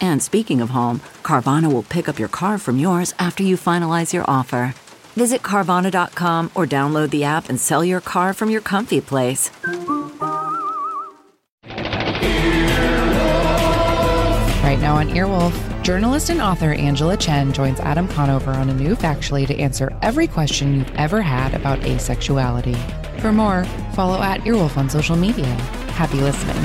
And speaking of home, Carvana will pick up your car from yours after you finalize your offer. Visit Carvana.com or download the app and sell your car from your comfy place. Right now on Earwolf, journalist and author Angela Chen joins Adam Conover on a new factually to answer every question you've ever had about asexuality. For more, follow at Earwolf on social media. Happy listening.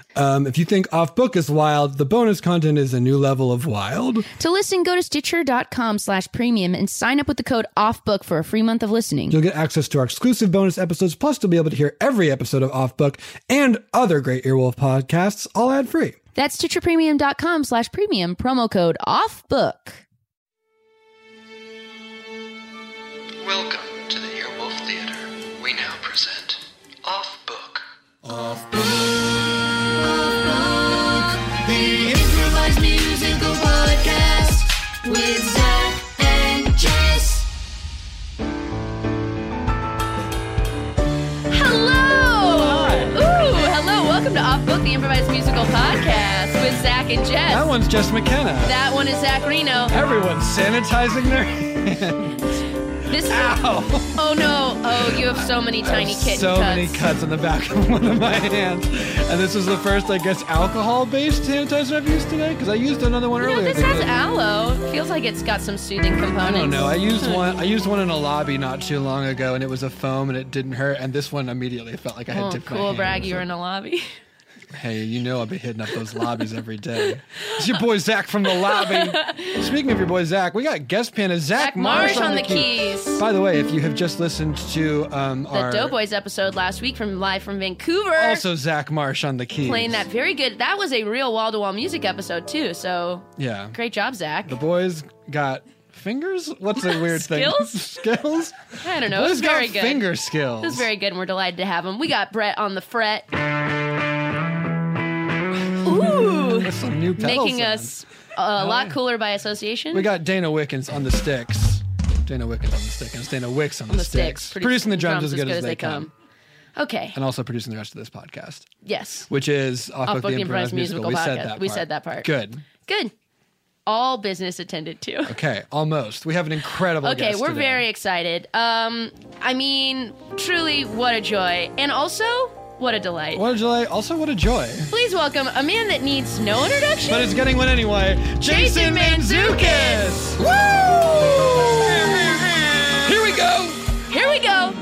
Um, if you think off book is wild, the bonus content is a new level of wild. to listen, go to stitcher.com slash premium and sign up with the code OFFBOOK for a free month of listening. You'll get access to our exclusive bonus episodes, plus you'll be able to hear every episode of Off Book and other great Earwolf podcasts, all ad free. That's stitcherpremium.com slash premium, promo code OFFBOOK. Welcome to the Earwolf Theater. We now present Off Book. The improvised musical podcast with Zach and Jess. Hello! Ooh, hello. Welcome to OFFBOOK, the improvised musical podcast with Zach and Jess. That one's Jess McKenna. That one is Zach Reno. Everyone's sanitizing their This is. Oh no! Oh, you have so many tiny kitten so cuts. many cuts on the back of one of my hands. And this is the first, I guess, alcohol-based sanitizer I've used today because I used another one You know, earlier. this has aloe. Feels like it's got some soothing components. I don't know. I used one. I used one in a lobby not too long ago, and it was a foam, and it didn't hurt. And this one immediately felt like I had Oh, dipped my cool, hand. brag! You So, were in the lobby. Hey, you know I'll be hitting up those lobbies every day. It's your boy Zach from the lobby. Speaking of your boy Zach, we got guest pianist Zach, Zach Marsh on the keys. By the way, if you have just listened to um, The our Doughboys episode last week from live from Vancouver. also Zach Marsh on the keys, playing that very good. That was a real wall to wall music episode too. So Yeah. great job, Zach. The boys got fingers? What's a weird Skills? thing? skills? I don't know. It Boys was got very good. finger skills. It was very good, and we're delighted to have him. We got Brett on the fret. Ooh, With some new pedal making sound. us a lot cooler by association. We got Dana Wickens on the sticks. Dana Wickens on the sticks. And it's Dana Wicks on, the sticks. Produ- Producing the drums, as good as, they come. Okay. And also producing the rest of this podcast, Yes. which is off, Off of Book the improvised musical. We said Podcast. that. We part. said that part. Good. Good. All business attended to. Okay. Almost. We have an incredible. Okay, guest we're today. very excited. Um, I mean, truly, what a joy, and also what a delight. What a joy! Also, what a joy. Please welcome a man that needs no introduction. But it's getting one anyway. Jason, Jason Manzukis. Mantzoukas. Here we go. Here we go.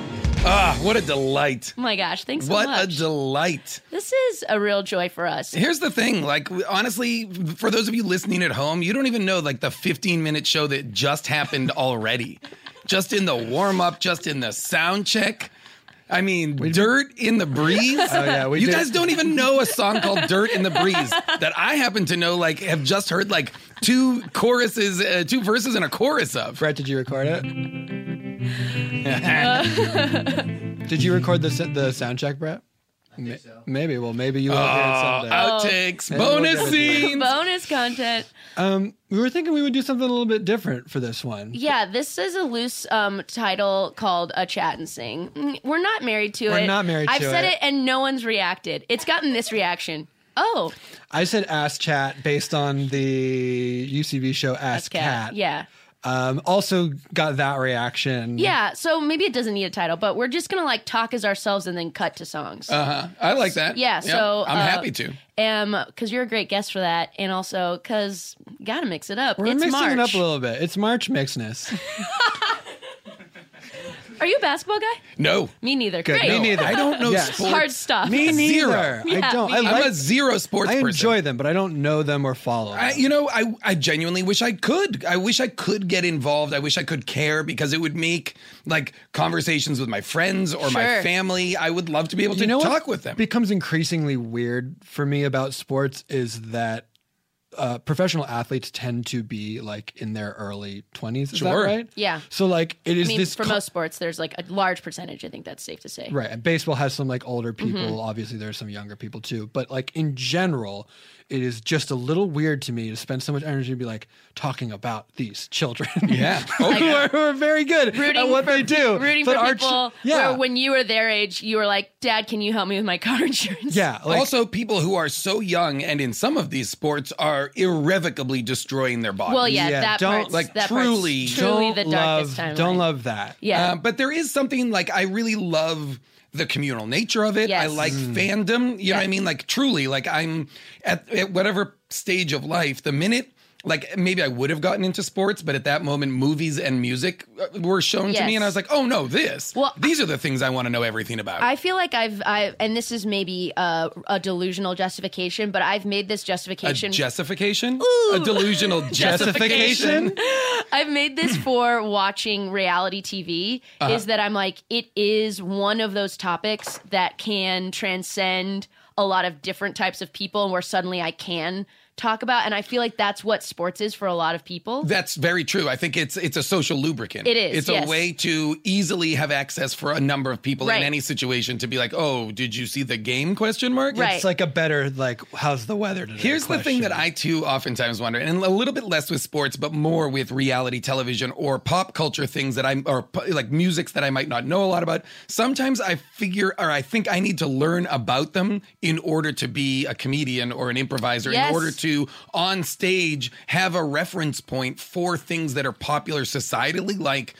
Ah, what a delight. Oh my gosh, thanks so what a much. delight. this is a real joy for us. Here's the thing, like honestly, for those of you listening at home, you don't even know like the 15 minute show that just happened already. just in the warm up, just in the sound check. I mean, dirt in the breeze. Oh, yeah, we you did- guys don't even know a song called "Dirt in the Breeze" that I happen to know, like, have just heard like two choruses, uh, two verses, and a chorus of. Brett, did you record it? Uh, did you record the s- the sound check, Brett? Maybe. Well, maybe you will hear it someday. Oh, outtakes, Maybe we'll get bonus into it. scene. Bonus content. Um, we were thinking we would do something a little bit different for this one. Yeah, this is a loose um, title called A Chat and Sing. Mm, We're not married to We're it. not married I've to said it. it. and no one's reacted. It's gotten this reaction. Oh, I said ass chat based on the UCB show Ass that's cat. Cat. Yeah. Um, also got that reaction. Yeah, so maybe it doesn't need a title, but we're just going to like talk as ourselves and then cut to songs. Uh-huh. I like that. Yeah, so, I'm uh, happy to. Um, because you're a great guest for that, and also because gotta mix it up. We're it's mixing March. it up a little bit. It's March mixness. Are you a basketball guy? No. Me neither. Great. Me No, neither. I don't know Yes. sports. Hard stuff. me Zero. neither. Yeah, I don't. me I neither. I'm a like. zero sports I person. enjoy them, but I don't know them or follow. Them. I, you know, I, I genuinely wish I could. I wish I could get involved. I wish I could care because it would make like conversations with my friends or my Sure. family. I would love to be able to you know talk what with them. becomes increasingly weird for me about sports is that uh, professional athletes tend to be like in their early 20s is Sure. that right Yeah. so like it is I mean, this for co- most sports, there's like a large percentage. I think that's safe to say. right and baseball has some like older Mm-hmm. people obviously there's some younger people too but like in general it is just a little weird to me to spend so much energy to be like talking about these children yeah. Oh, who, are, who are very good Rooting at Uh, what for they do Rooting but for our ch- people yeah where when you were their age, you were like, "Dad, can you help me with my car insurance?" yeah like, also, people who are so young and in some of these sports are irrevocably destroying their bodies. Well, yeah, Yeah, that don't, part's, like, that truly- part's truly the don't darkest love- timeline. don't love that Yeah, Uh, but there is something like I really love the communal nature of it. I Yes. like fandom. You know what I Yes. mean? Like truly, like I'm at, at whatever stage of life, the minute like maybe I would have gotten into sports, but at that moment, movies and music uh, were shown to Yes. me, and I was like, oh no, this. Well, these are the things I want to know everything about. I feel like I've I and this is maybe uh, a delusional justification, but I've made this a justification. justification, a delusional justification. justification I've made this for watching reality TV Uh-huh. is that I'm like, it is one of those topics that can transcend a lot of different types of people and where suddenly I can talk about. And I feel like that's what sports is for a lot of people. That's very true. I think it's it's a social lubricant. It is, It's yes. a way to easily have access for a number of people Right. in any situation to be like, "Oh, did you see the game?" question mark. Right. It's like a better like, how's the weather today? Here's the thing that question. I too oftentimes wonder, and a little bit less with sports, but more with reality television or pop culture things that I'm, or pu- like musics that I might not know a lot about. Sometimes I figure, or I think I need to learn about them in order to be a comedian or an improviser, Yes. in order to on stage have a reference point for things that are popular societally, like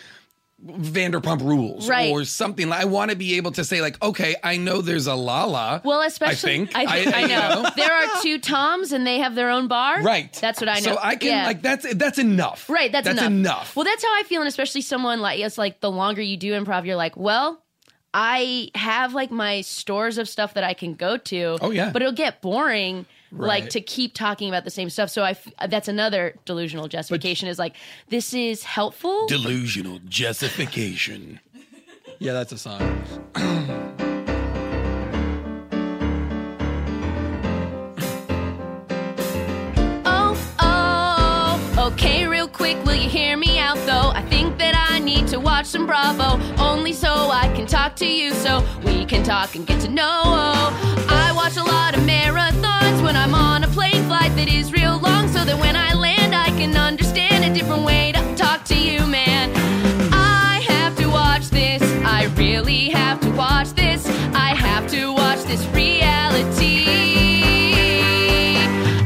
Vanderpump Rules Right. or something. Like, I want to be able to say, like, okay, I know there's a Lala. Well, especially, I think I, I know. there are two Toms and they have their own bar. Right. That's what I know. So I can Yeah. like that's that's enough. Right, that's, that's enough. enough. Well, that's how I feel, and especially someone like it's like the longer you do improv, you're like, well, I have like my stores of stuff that I can go to. Oh, yeah. but it'll get boring. Like Right. to keep talking about the same stuff. So I f- that's another delusional justification is like this is helpful. delusional justification. yeah, that's a song. oh oh. Okay, real quick, will you hear me out though? I think that I need to watch some Bravo only so I can talk to you so we can talk and get to know. I watch a lot of marathons when I'm on a plane flight that is real long so that when I land I can understand a different way to talk to you, man. I have to watch this. I really have to watch this. I have to watch this reality.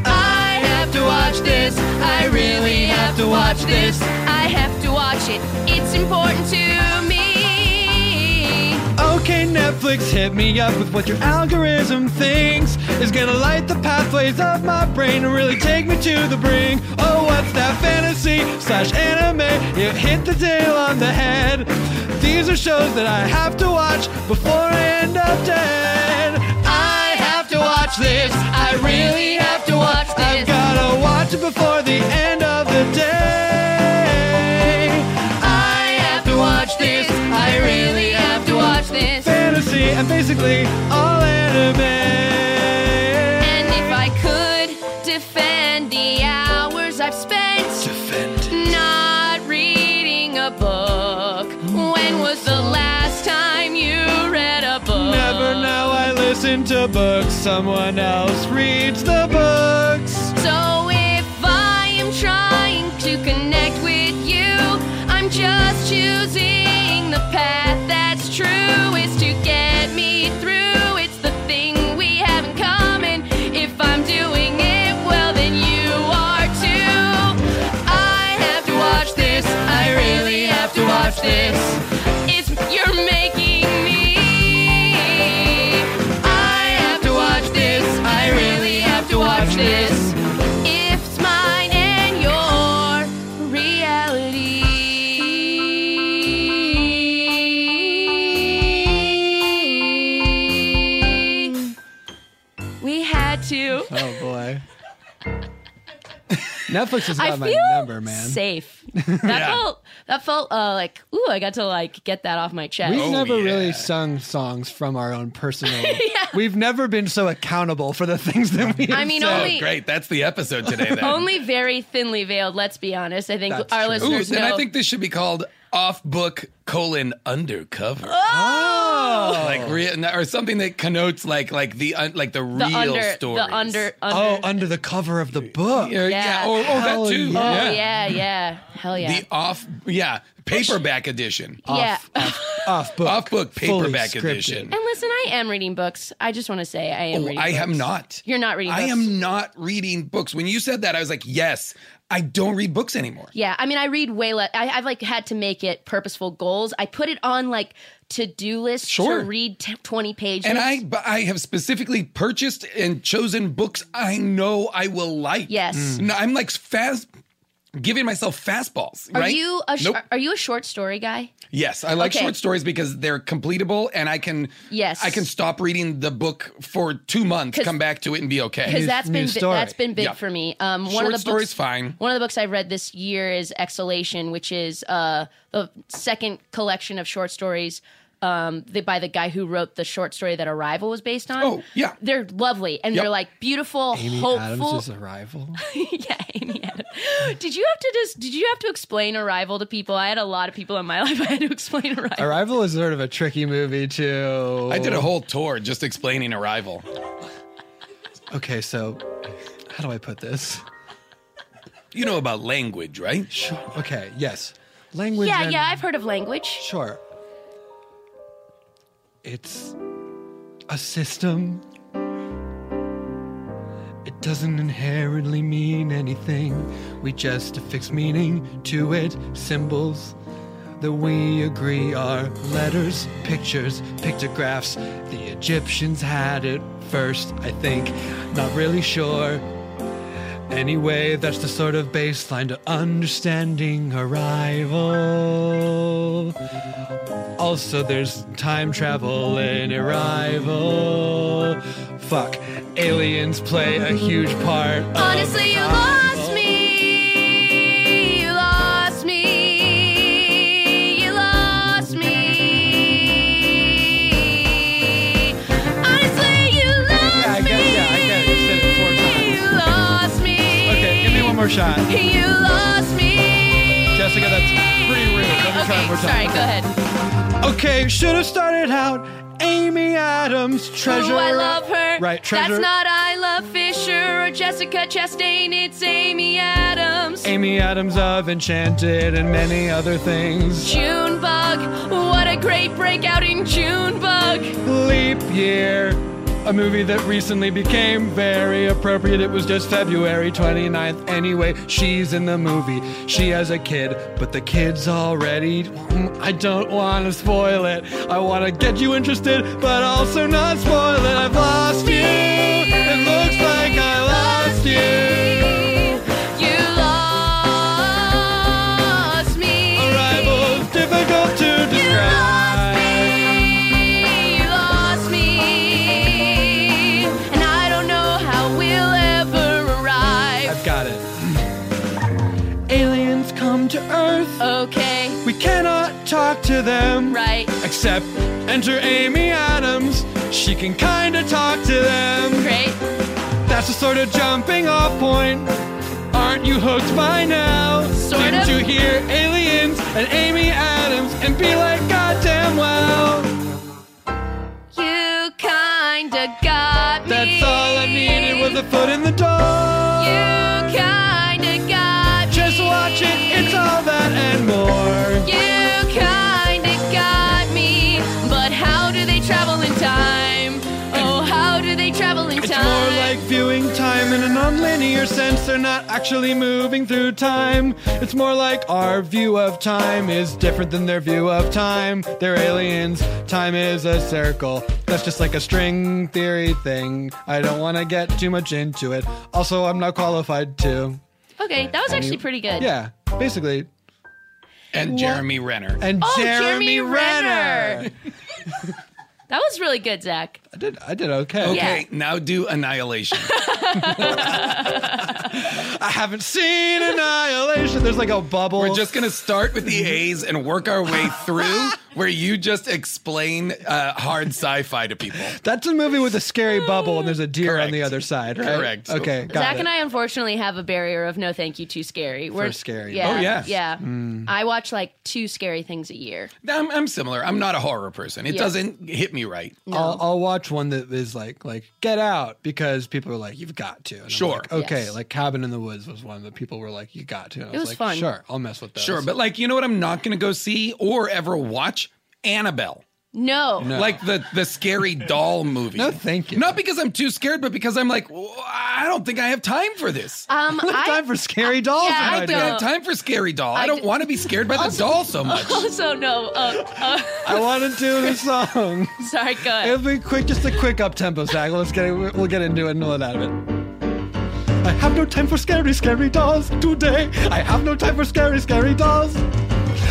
I have to watch this. I really have to watch this. I have to watch it. It's important to me. Okay, Netflix, hit me up with what your algorithm thinks is gonna light the pathways of my brain and really take me to the brink. Oh, what's that fantasy slash anime? You hit the nail on the head. These are shows that I have to watch before I end up dead. I have to watch this. I really have to watch this. I've gotta watch it before the end of the day. I have to watch this. I really have to watch this. fantasy and basically oh, all anime. And if I could defend the hours I've spent Defend. not reading a book, when was the last time you read a book? Never now I listen listen to books, someone else reads the books. So if I am trying to connect with you, I'm just choosing the path that's true is to get me through. It's the thing we have in common. If I'm doing it well, then you are too. I have to watch this. I really have to watch this. It's you're making me. I have to watch this. I really have to watch this. It's mine and your reality. We had to. Oh boy. Netflix has I got my feel number, man. safe. That felt that felt uh, like ooh, I got to like get that off my chest. We've Oh, never yeah. really sung songs from our own personal. We've never been so accountable for the things that we. I mean, have said. Oh, only- great. That's the episode today then. Only very thinly veiled. Let's be honest. I think That's our true. Ooh, listeners then know. I think this should be called off book colon undercover. Oh, Like real or something that connotes like like the un, like the, the real under story. the under oh, under. under the cover of the book. yeah, Yeah. yeah. Or, or that Hell too. yeah. oh yeah, yeah, hell yeah. The off yeah, paperback edition. yeah. Off book. Off book Fully paperback scripted. edition. and listen, I am reading books. I just want to say I am. Oh, reading I books. am not. You're not reading. I books. am not reading books. When you said that, I was like, yes, I don't read books anymore. Yeah, I mean, I read way less. I, I've like had to make it purposeful goals. I put it on like to do list Sure. to read t- twenty pages. And I, but I have specifically purchased and chosen books I know I will like. Yes. Mm. No, I'm like fast, giving myself fastballs. are right? you a sh- Nope. are you a short story guy? Yes, I like Okay. short stories because they're completable, and I can. Yes. I can stop reading the book for two months, 'Cause- come back to it, and be okay. because that's new been bi- story. that's been big Yeah. for me. Um, one Short of the story's books, fine. One of the books I read this year is Exhalation, which is uh, the second collection of short stories. Um, the, by the guy who wrote the short story that Arrival was based on. Oh, yeah. they're lovely and Yep. they're like beautiful, Amy hopeful. Adams' arrival. yeah, Amy Adams. Did you have to just? Did you have to explain Arrival to people? I had a lot of people in my life. I had to explain Arrival. Arrival is sort of a tricky movie too. I did a whole tour just explaining Arrival. Okay, so how do I put this? You know about language, right? Sure. Okay. Yes. Language. Yeah, and- yeah, I've heard of language. Sure. It's a system. It doesn't inherently mean anything. We just affix meaning to it, symbols that we agree are letters, pictures, pictographs. The Egyptians had it first, I think. Not really sure. Anyway, that's the sort of baseline to understanding arrival. Also, there's time travel in arrival. Fuck, aliens play a huge part. Ah. of Honestly, you lost me. You lost me. You lost me. Honestly, you Yeah, I lost guess, me. yeah, I guess. You said it four times. You lost me. Okay, give me one more shot. You lost me. Jessica, that's pretty rude. Let me try one more Okay, time. sorry, go ahead. Okay, should have started out Amy Adams, treasure. Ooh, Oh, I love her. Right, treasure. That's not I love Fisher or Jessica Chastain. It's Amy Adams. Amy Adams of Enchanted and many other things. Junebug. What a great breakout in Junebug. Leap Year, a movie that recently became very appropriate. It was just February 29th. Anyway, she's in the movie. She has a kid, but the kid's already. hmm, I don't want to spoil it. I want to get you interested, but also not spoil it. I've lost you. It looks like I lost you. You lost me. Arrival's difficult to You lost describe. me. You lost me. And I don't know how we'll ever arrive. I've got it. Aliens come to Earth. Okay, We cannot talk to them. right. Except enter Amy Adams. She can kinda talk to them. Great. That's the sort of jumping off point. Aren't you hooked by now? Sort Didn't of. you hear aliens and Amy Adams and be like goddamn well? You kind kinda got me. That's all I needed was a foot in the door. You kinda got me. Just watch it, it's all that and more. You kinda got me. But how do they travel in time? Oh, how do they travel in It's time? more like viewing time in a nonlinear sense. They're not actually moving through time. It's more like our view of time is different than their view of time. They're aliens. Time is a circle. That's just like a string theory thing. I don't want to get too much into it. Also, I'm not qualified to. okay, that was actually pretty good. Yeah, basically. And Jeremy Renner. And Oh, Jeremy, Jeremy Renner. Renner. That was really good, Zach. I did. I did okay. Okay, now do Annihilation. I haven't seen Annihilation. There's like a bubble. We're just gonna start with the A's and work our way through where you just explain uh, hard sci-fi to people. That's a movie with a scary bubble, and there's a deer on the Correct. other side, right? Correct. Okay, got Zach it. and I unfortunately have a barrier of no thank you, too scary. We're scary. Mm. Yeah, Oh, yes. Yeah. I watch like two scary things a year. I'm, I'm similar. I'm not a horror person. It Yeah. doesn't hit me right. I'll, I'll watch one that is like like Get Out because people are like, you've got to. And I'm Sure. like, okay, Yes. like Cabin in the Woods was one that people were like, you got to. And I It was like, fun. Sure, I'll mess with those. Sure, but like you know what I'm not gonna go see or ever watch Annabelle. No. Like the the scary doll movie. No, thank you. Not because I'm too scared, but because I'm like, "Well, I don't think I have time for this. Um, I, time for scary dolls. yeah, in I my don't think I day. have time for scary doll. I, I don't d- want to be scared by the doll so much. also no. Uh, uh, I want to do the song. sorry, go ahead. It'll be quick, just a quick up tempo, Zach. Let's get we'll get into it and we'll get out of it. I have no time for scary, scary dolls today. I have no time for scary, scary dolls.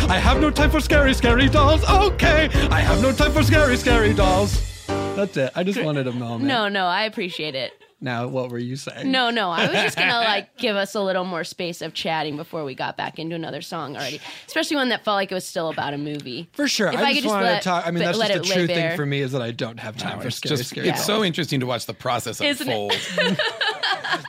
I have no time for scary, scary dolls. Okay, I have no time for scary, scary dolls. That's it. I just wanted a moment. No, no, I appreciate it. Now, what were you saying? No, no, I was just gonna like give us a little more space of chatting before we got back into another song already, especially one that felt like it was still about a movie. For sure. If I, could just wanted let- to talk. I mean, but that's let just the it lay true thing bare. for me is that I don't have time for It's scary, just scary it's dolls. so interesting to watch the process Isn't it? unfold.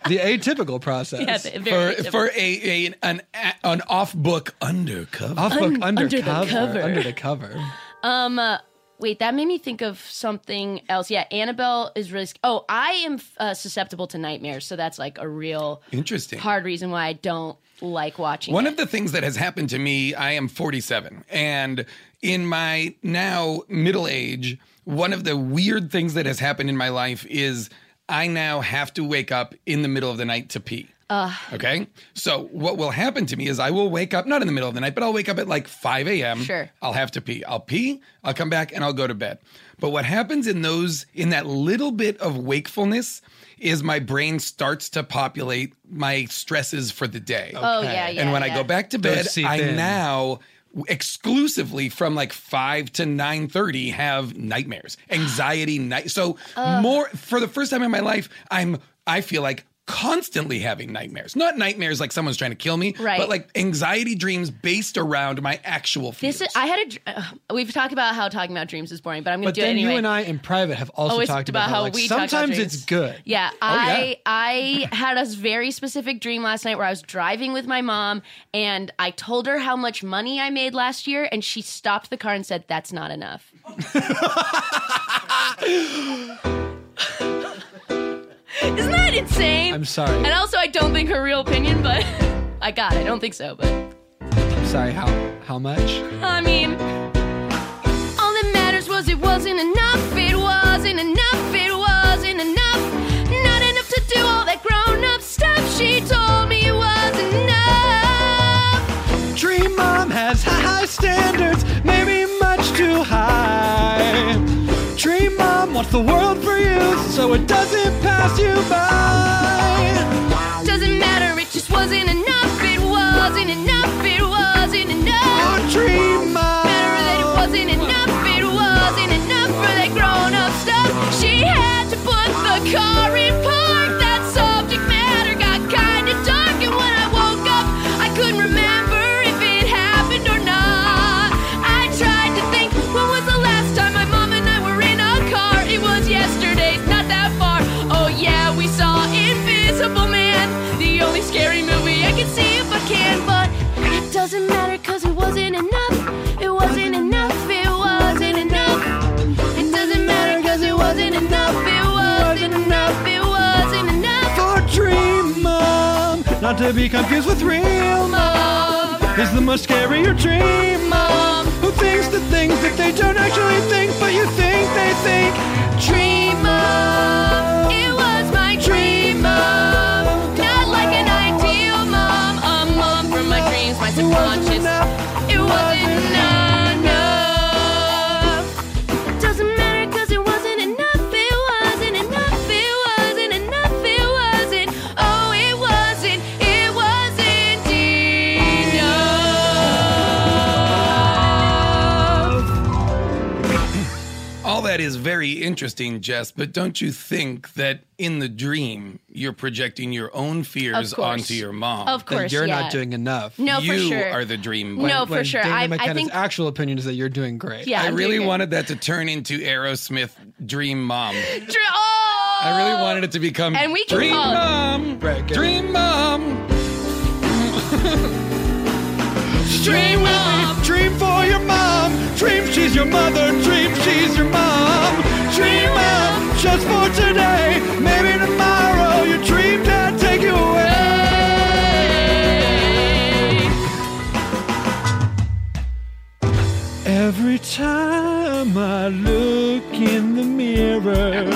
the atypical process. Yeah, th- for very for a, a an an off book undercover. Off book, under the undercover, cover. Under the cover. Um, uh, wait, that made me think of something else. Yeah, Annabelle is really. Sc- oh, I am uh, susceptible to nightmares, so that's like a real Interesting. hard reason why I don't like watching. One it. of the things that has happened to me, I am 47, and in my now middle age, one of the weird things that has happened in my life is I now have to wake up in the middle of the night to pee. Uh, Okay. So what will happen to me is I will wake up, not in the middle of the night, but I'll wake up at like 5 a.m. Sure. I'll have to pee. I'll pee, I'll come back and I'll go to bed. But what happens in those in that little bit of wakefulness is my brain starts to populate my stresses for the day. Oh yeah, yeah. and when yeah. I go back to Those bed, seep I in. now exclusively from like 5 to 9:30 have nightmares, anxiety night. So more for the first time in my life, I'm I feel like constantly having nightmares. Not nightmares like someone's trying to kill me, Right. but like anxiety dreams based around my actual fears. this is. I had a. dr- Uh, we've talked about how talking about dreams is boring, but I'm gonna But do then it anyway. you and I in private have also Always talked about, how, like, we talk about sometimes dreams. it's good. Yeah, yeah. I I had a very specific dream last night where I was driving with my mom and I told her how much money I made last year and she stopped the car and said that's not enough. Isn't that insane? I'm sorry. And also I don't think her real opinion but I got it. I don't think so, but I'm sorry, how how much? I mean, all that matters was it wasn't enough. It wasn't enough. It wasn't enough. Not enough to do all that grown up stuff. She told me it wasn't enough. Dream mom has high, high standards, maybe much too high. Dream mom wants the world for you, so it doesn't pass you by. Doesn't matter. It just wasn't enough. It wasn't enough. It wasn't enough. Oh, dream mom. Matter that it wasn't enough. It wasn't enough for that grown up stuff. She had to put the car in park. That subject matter got kinda dark. And when I woke up, I couldn't remember if it happened or not. I tried to think, when was the last time my mom and I were in a car? It was yesterday, it's not that far. Oh, yeah, we saw Invisible Man. The only scary movie I can see if I can, but it doesn't matter cause it wasn't enough. It wasn't enough, it wasn't enough. It doesn't matter wasn't enough, it wasn't enough. for Dream Mom, not to be confused with Real Mom, is the much scarier Dream Mom, who thinks the things that they don't actually think, but you think they think. Dream Mom, It was my dream mom, not like an ideal mom, a mom from my dreams, my it wasn't subconscious. enough. It wasn't enough. It doesn't matter 'cause it wasn't enough. It wasn't enough. It wasn't enough. It wasn't. Oh, it wasn't. It wasn't enough. All that is very interesting, Jess, but don't you think that in the dream you're projecting your own fears course. onto your mom? Of Then course, you're yeah. not doing enough. No, you for sure. are the dream. No, boy. for When sure. Dana I- I McKenna's think- actual opinion is that you're doing great. Yeah, I I'm really doing it. wanted that to turn into Aerosmith Dream Mom. Dr- oh! I really wanted it to become And we can Dream call it- Mom. Right, good. Dream Mom. Dream mom. Dream for your mom. Dream she's your mother. Dream she's your mom. Dream mom. Just for today. Maybe tomorrow your dream dad take you away. Every time I look in the mirror,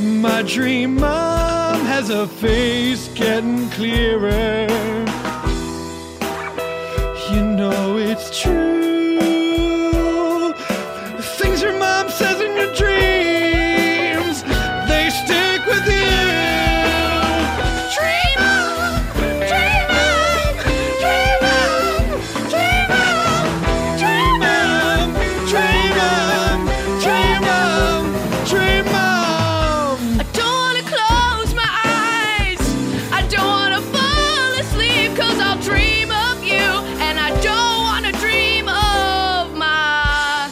my dream mom has a face getting clearer. You know it's true. Things your mom says in your dreams, they stick with you. Dream on, dream on, dream on, dream on, dream on, dream on, dream on, dream on. I don't wanna close my eyes. I don't wanna fall asleep, cause I'll dream of you. And I don't wanna dream of my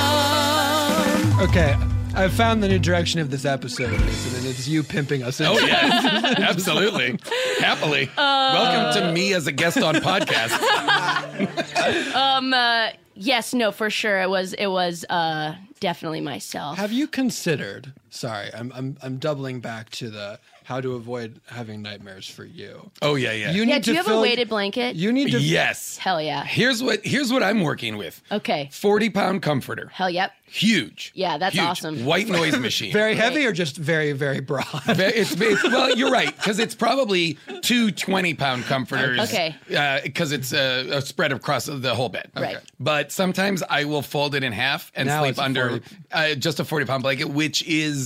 mom. Okay, I found the new direction of this episode, and it's you pimping us. Oh yeah, absolutely, happily. Welcome to me as a guest on podcast. Uh, yes, no, for sure. It was, it was, uh, definitely myself. Have you considered? Sorry, I'm I'm I'm doubling back to the how to avoid having nightmares for you. Oh yeah, yeah. You Yeah, need to do you have fill- a weighted blanket? You need to. yes. Hell yeah. Here's what here's what I'm working with. Okay. Forty pound comforter. Hell yep. Huge. Yeah, that's Huge. awesome. White noise machine. Very heavy or just very very broad. Ve- It's, it's well, you're right because it's probably two 20 pound comforters. Okay. Because it's a, a spread across the whole bed. Right. Okay. But sometimes I will fold it in half and Now it's sleep a under 40. uh, just a 40 pound blanket, which is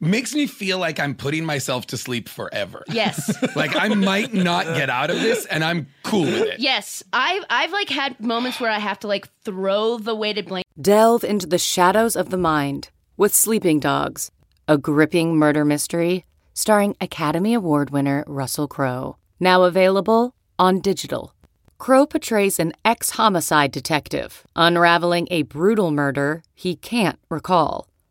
makes me feel like I'm putting myself to sleep forever. Yes. Like I might not get out of this, and I'm cool with it. yes. I've, I've like had moments where I have to like throw the weighted blanket. Delve into the shadows of the mind with Sleeping Dogs, a gripping murder mystery starring Academy Award winner Russell Crowe. Now available on digital. Crowe portrays an ex homicide detective unraveling a brutal murder he can't recall.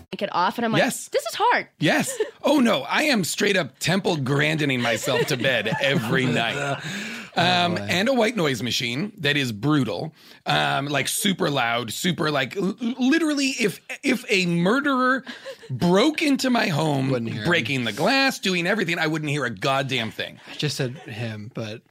blanket off, and I'm like, Yes. this is hard. Yes. Oh no, I am straight up temple grandening myself to bed every night. um, and a white noise machine that is brutal, um, like super loud, super like l- literally if if a murderer broke into my home, breaking the glass, doing everything, I wouldn't hear a goddamn thing. I just said him, but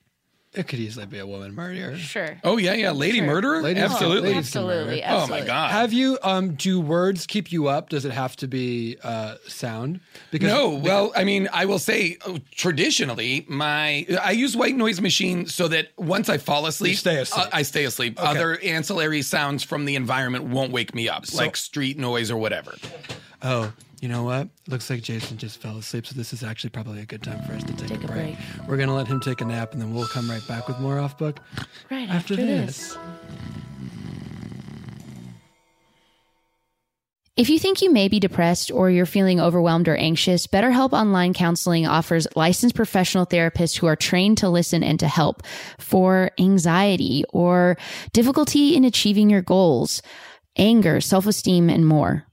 it could easily be a woman murderer. Sure. Oh yeah, yeah, lady murderer, Ladies- absolutely, ladies can murder. Absolutely, absolutely. Oh my god, Have you um do words keep you up? Does it have to be uh sound? no, well, I mean, I will say uh, traditionally, my I use white noise machine so that once I fall asleep, You stay asleep. uh, I stay asleep. Other ancillary sounds from the environment won't wake me up, like street noise or whatever. Oh, you know what? Looks like Jason just fell asleep, so this is actually probably a good time for us to take, a, break. We're gonna let him take a nap and then we'll come right back with more off book Oh, Right after, this. If you think you may be depressed or you're feeling overwhelmed or anxious, BetterHelp Online Counseling offers licensed professional therapists who are trained to listen and to help for anxiety or difficulty in achieving your goals, anger, self esteem, and more.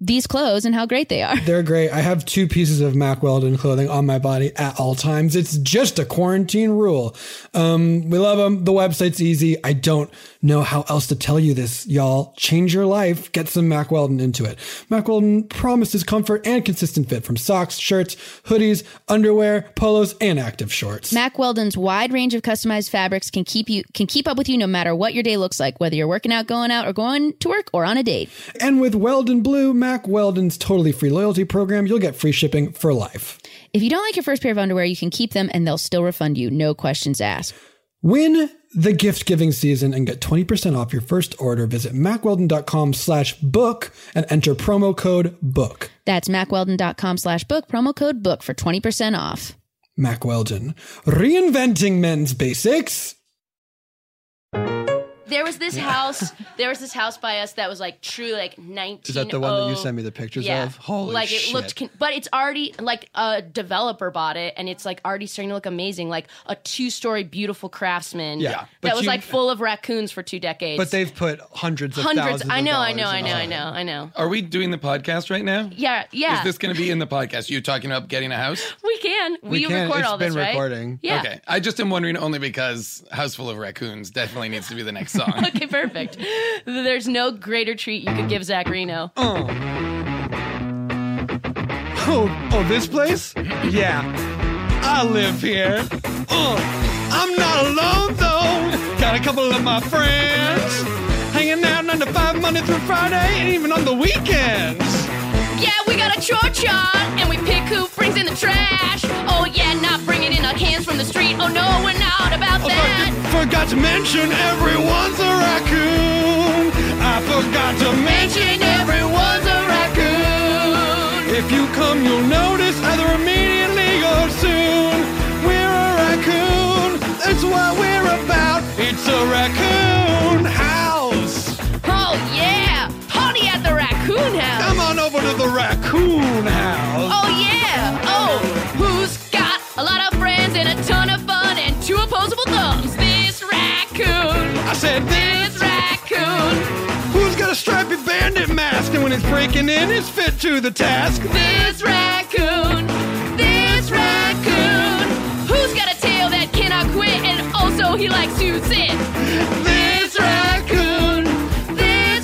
these clothes and how great they are. They're great. I have two pieces of Mack Weldon clothing on my body at all times. It's just a quarantine rule. Um, we love them. The website's easy. I don't know how else to tell you this, y'all. Change your life. Get some Mack Weldon into it. Mack Weldon promises comfort and consistent fit from socks, shirts, hoodies, underwear, polos, and active shorts. Mack Weldon's wide range of customized fabrics can keep you can keep up with you no matter what your day looks like, whether you're working out, going out, or going to work or on a date. And with Weldon Blue, Mack Weldon's totally free loyalty program, you'll get free shipping for life. If you don't like your first pair of underwear, you can keep them and they'll still refund you, no questions asked. Win the gift giving season and get 20% off your first order. Visit macweldon.com slash book and enter promo code book. That's MacWeldon.com slash book, promo code book for 20% off. Mac Weldon, reinventing men's basics. There was this house. There was this house by us that was like true, like nineteen. oh Is that the one that you sent me the pictures of? Holy like it shit. looked, con- but it's already like a developer bought it, and it's like already starting to look amazing, like a two-story beautiful craftsman. Yeah, but that was you- like full of raccoons for two decades. But they've put hundreds of hundreds. thousands I of know, I dollars know, I in- know, I know, I know. Are we doing the podcast right now? Yeah, yeah. Is this going to be in the podcast? You talking about getting a house? we can. We, record all this, right? Yeah. Okay. I just am wondering only because House Full of Raccoons definitely needs to be the next song. okay, perfect. There's no greater treat you could give Zach Reno. Oh, oh, this place? Yeah. I live here. Uh, I'm not alone though. Got a couple of my friends hanging out nine to five Monday through Friday and even on the weekends. Yeah, we got a chore chart, and we pick who brings in the trash. Oh yeah, not bringing in our cans from the street. Oh no, we're not about that. Forgot to mention everyone's a raccoon. I forgot to mention everyone's a raccoon. If you come, you'll notice either immediately or soon. We're a raccoon. That's what we're about. It's a raccoon house. Oh yeah, party at the raccoon house. Come on over to the raccoon house. Oh yeah. Oh, who's got a lot of friends and a ton of fun and two opposable thumbs? This raccoon. I said this raccoon. Who's got a stripy bandit mask? And when it's breaking in, it's fit to the task. This raccoon. This raccoon. Who's got a tail that cannot quit and also he likes to sit? This raccoon. This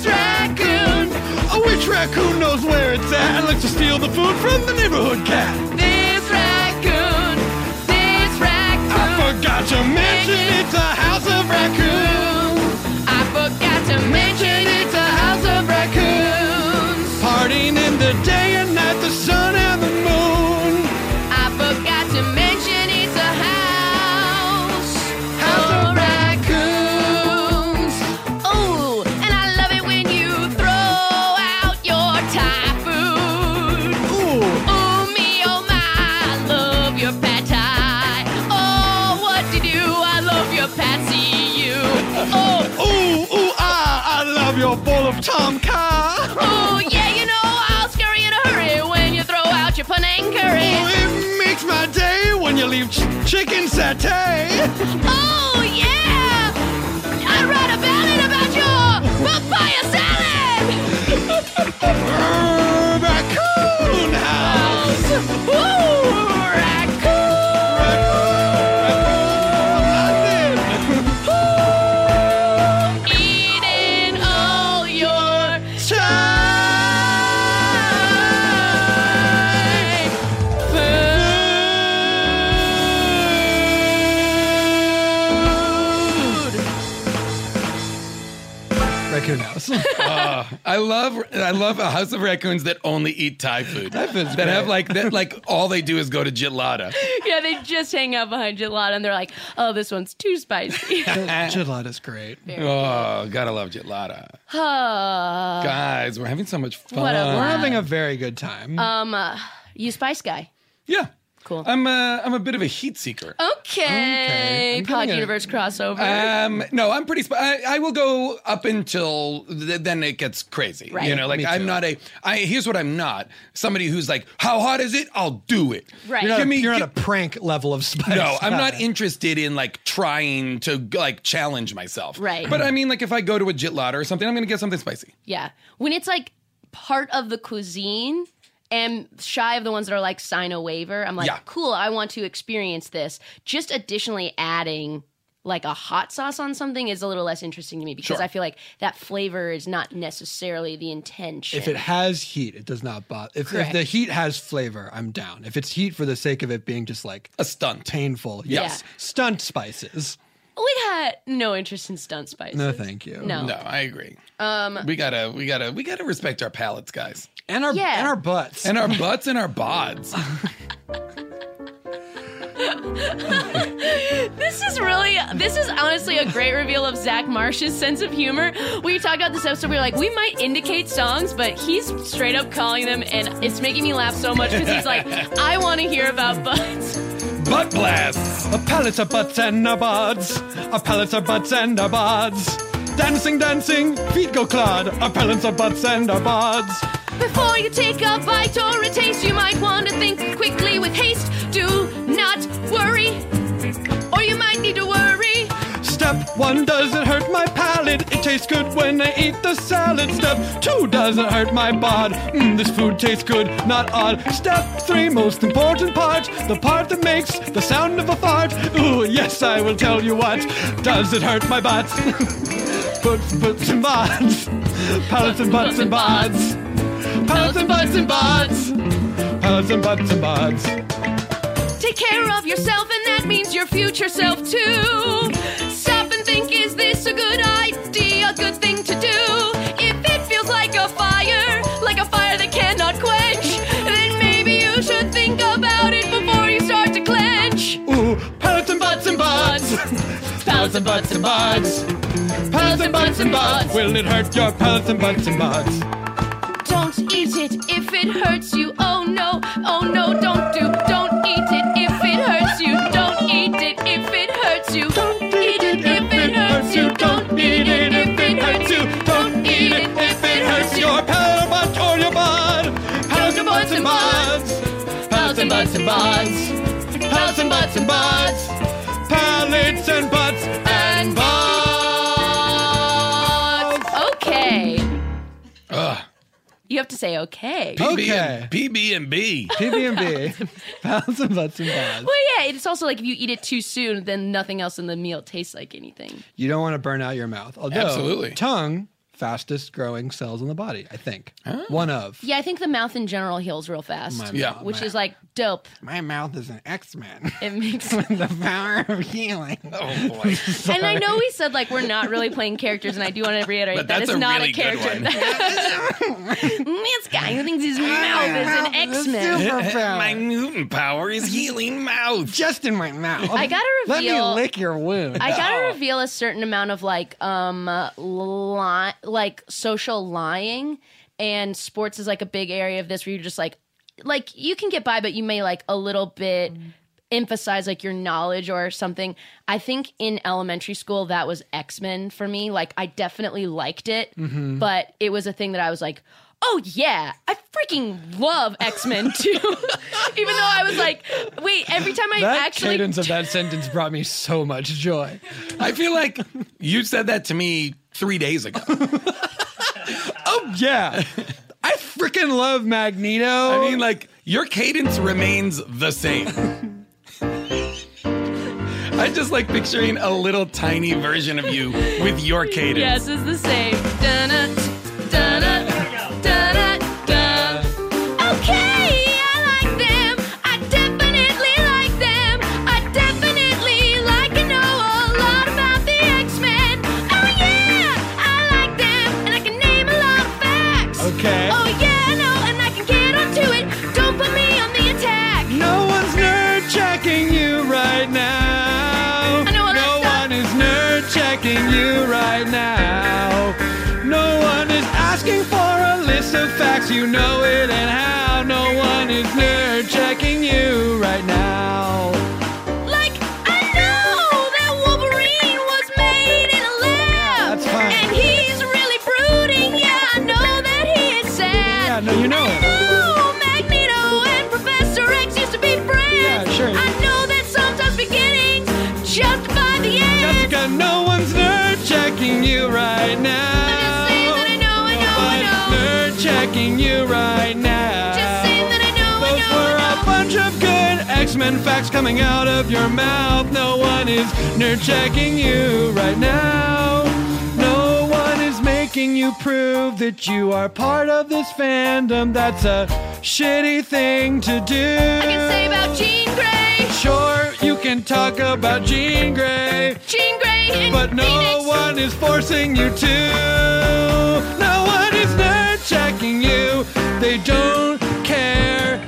raccoon knows where it's at and likes to steal the food from the neighborhood cat. This raccoon, this raccoon. I forgot to mention it's a house of raccoons. I forgot to mention it's a house of raccoons. Partying in the day and night, the sun and the moon. I forgot to mention it's a house. House of of raccoons. Ooh, and I love it when you throw out your Thai food. Ooh, Ooh, me, oh my, I love your pad thai. Oh, what to do? I love your patsy, you. Oh, ooh, ooh, ah, I love your bowl of Tom Kha. ooh, yeah, you know I'll scurry in a hurry when you throw out your Penang curry. Oh, it makes my day when you leave ch- chicken satay. Oh, yeah, I wrote a ballad about your papaya salad. Brr, raccoon house. Ooh, raccoon. Eating all your time. Raccoon house. Uh, I love I love a house of raccoons that only eat Thai food. That food's great. have like that like all they do is go to Jitlada. yeah, they just hang out behind Gelada and they're like, oh, this one's too spicy. Gelada's great. Oh, gotta love Jitlada. Uh, Ah. Guys, we're having so much fun. What a We're having a very good time. um, uh, you spice guy. yeah. Cool. I'm a, I'm a bit of a heat seeker. Okay. I'm Pod getting a- universe crossover. Um, no, I'm pretty. Sp- I, I will go up until th- then it gets crazy. Right. You know, like Me I'm too. not a. I here's what I'm not. Somebody who's like, how hot is it? I'll do it. Right. you're not, Give me. you're not gi- a prank level of spice. no, I'm not Got it. interested in like trying to like challenge myself. Right. But I mean, like if I go to a jitlada or something, I'm gonna get something spicy. yeah. When it's like part of the cuisine and shy of the ones that are like sign a waiver, I'm like, Yeah. cool, I want to experience this. Just additionally adding like a hot sauce on something is a little less interesting to me because Sure. I feel like that flavor is not necessarily the intention. If it has heat, it does not bother. If, if the Correct. heat has flavor, I'm down. If it's heat for the sake of it being just like A stunt. painful, yes, Yeah. stunt spices. we Oh, had no interest in stunt spices. No, thank you. No. No, I agree. Um, we gotta, we gotta, we gotta respect our palates, guys, and our Yeah. and our butts. and our butts and our bods. This is really, this is honestly a great reveal of Zach Marsh's sense of humor. We talked about this episode, we were like, we might indicate songs, but he's straight up calling them, and it's making me laugh so much because he's like, I want to hear about butts. Butt blasts. Our pallets are butts and our bods. Our pallets are butts and our bods. Dancing, dancing, feet go clod. Our pallets are butts and our bods. Before you take a bite or a taste, you might want to think quickly with haste. Do not worry, or you might need to worry. Step one doesn't hurt my palate. It tastes good when I eat the salad. Step two doesn't hurt my bod. Mmm, this food tastes good, not odd. Step three, most important part, the part that makes the sound of a fart. Ooh, yes, I will tell you what. Does it hurt my butt? butts, butts, and bods. Palates and butts and bods. Palates and butts and bods. Palates and butts and bods. Take care of yourself, and that means your future self too. Stop and think is this a good idea, a good thing to do? If it feels like a fire, like a fire that cannot quench, then maybe you should think about it before you start to clench. Ooh, palates and butts and bods. Pals and butts and buds. Palates and butts and bods. Will it hurt your palates and butts and bods? Don't eat it if it hurts you. Oh no, oh no, don't do. Don't eat it if it hurts you. Don't eat it if it hurts you. Don't eat it if it hurts you. Don't eat it if it hurts you. Don't eat it if it hurts you. Your paddle butt or your bod. Pals and butts and bods. Pals and butts and bods. Pals and butts and bods. Pallets and butts and bods. Okay. Ugh. You have to say okay. Okay. PB and B. PB&B. Pals and butts and bods. Well, yeah, it's also like if you eat it too soon, then nothing else in the meal tastes like anything. You don't want to burn out your mouth. Although, Absolutely. tongue fastest growing cells in the body, I think. Ah. One of. Yeah, I think the mouth in general heals real fast. My Yeah. Which mouth. is like dope. My mouth is an X Man. It makes the power of healing. Oh boy. And I know we said like we're not really playing characters, and I do want to reiterate But that that's it's a not really a good character. one. this guy who thinks his mouth is an X Men. my mutant power is healing mouth. Just in my mouth. I gotta reveal- Let me lick your wound. I Oh, gotta reveal a certain amount of like um uh, li- like social lying, and sports is like a big area of this where you're just like like you can get by, but you may like a little bit emphasize like your knowledge or something. I think in elementary school that was X Men for me. Like I definitely liked it, Mhm. but it was a thing that I was like. Oh yeah, I freaking love X Men too. Even though I was like, wait, every time I that actually cadence of that sentence brought me so much joy. I feel like you said that to me three days ago. oh yeah. I freaking love Magneto. I mean, like your cadence remains the same. I just like picturing a little tiny version of you with your cadence. Yes, it's the same. Dunna, dunna, dunna, dun. Okay, I like them. I definitely like them. I definitely like and know a lot about the X-Men. Oh yeah, I like them, and I can name a lot of facts. Okay. Oh yeah, I know, and I can get onto it. Don't put me on the attack. No one's nerd checking you right now. I know all no one is nerd checking you right now. No one is asking for a list of facts. You know it and how. No one is nerd checking you right now. Like I know that Wolverine was made in a lab, fine. and he's really brooding. Yeah, I know that he is Yeah, sad. no, you know I it. know Magneto and Professor X used to be friends. Yeah, sure. I know that sometimes beginnings justify the end. Jessica, no one's nerd checking you right now. I know, I know, I know. Nerd checking you right now. Just saying that I know. Those were a bunch of good X-Men facts coming out of your mouth. No one is nerd checking you right now. No one is making you prove that you are part of this fandom. That's a shitty thing to do. I can say about Jean Grey. Sure, you can talk about Jean Grey. Jean Grey and But no Phoenix. one is forcing you to. No one is nerd checking you. They don't care,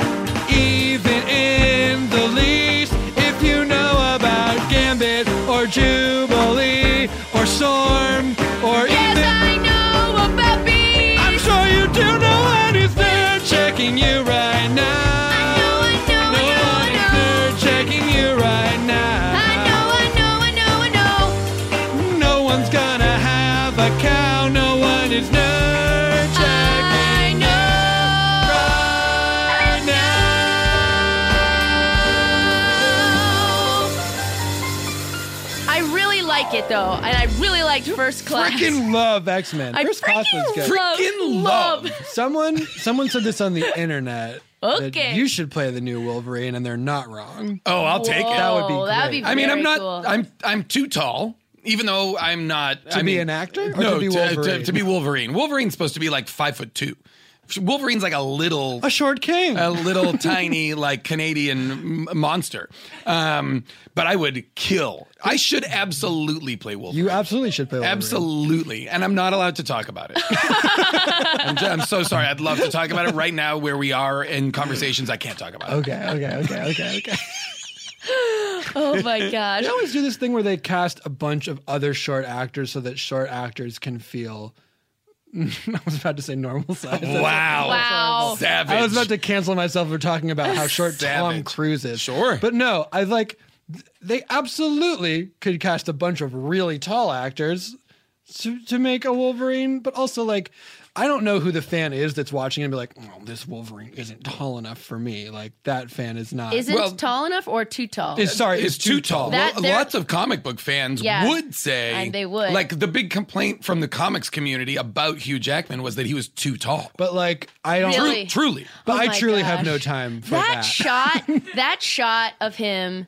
even in the least. If you know about Gambit or Jubilee or Storm or Yes, even. I know about bees. I'm sure you do know one is nerd checking you right now. I know, I know, no I know, one is nerd checking you right now. I know, I know, I know, I know. No one's gonna have a cow. No one is nerd checking. I know. Right now. I really like it though, and I really liked First Class. Freaking love X Men. I First Class was good. freaking love- Freaking love. love. Someone, someone said this on the internet. that Okay. you should play the new Wolverine, and they're not wrong. Oh, I'll take it. That would be. Great. that would be I mean, I'm very not. cool. I'm. I'm too tall. Even though I'm not To I be mean- an actor or no, to be Wolverine? To, be Wolverine. Wolverine's supposed to be like five foot two. Wolverine's like a little, a short king, a little tiny like Canadian m- monster. Um, but I would kill. I should absolutely play Wolverine. You absolutely should play. Wolverine. Absolutely. And I'm not allowed to talk about it. I'm, j- I'm so sorry. I'd love to talk about it right now where we are in conversations. I can't talk about it. Okay, okay, okay, okay, okay. Oh my gosh. They always do this thing where they cast a bunch of other short actors so that short actors can feel. I was about to say normal size. That's- Wow. Wow. Savage. I was about to cancel myself for talking about how short Tom Savage. Cruise is. Sure. But no, I like th- they absolutely could cast a bunch of really tall actors to, to make a Wolverine, but also like I don't know who the fan is that's watching and be like, oh, this Wolverine isn't tall enough for me. Like that fan is not. Isn't tall enough or too tall? Is- sorry, is too tall. That- Lo- there- Lots of comic book fans Yeah. would say And they would. Like the big complaint from the comics community about Hugh Jackman was that he was too tall. but like I don't Tru- Really? truly. But Oh I my truly have gosh. no time for that that. shot, that shot of him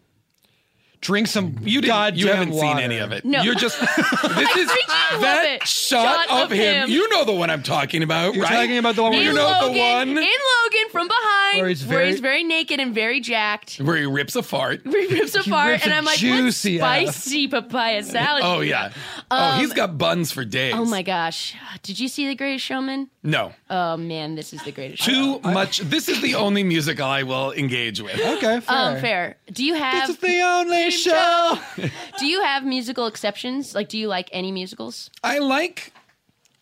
Drink some You didn't- goddamn you haven't seen water. any of it. No. You're just this is freaking love that it. shot, Shot of of him. him. You know the one I'm talking about, You're right? talking about the one where you you're know Logan, the one in Logan from behind, Where where he's he's, very- very, naked and very jacked. where he rips a fart. He rips He apart, rips and a I'm like, "What's juicy ass." spicy papaya salad?" Oh yeah. oh, Um, he's got buns for days. Oh my gosh! Did you see The Greatest Showman? No. Oh man, this is the greatest. show. Too much. This is the only musical I will engage with. Okay, Um, fair. Do you have? This is the only show. do you have musical exceptions? Like, do you like any musicals? I like.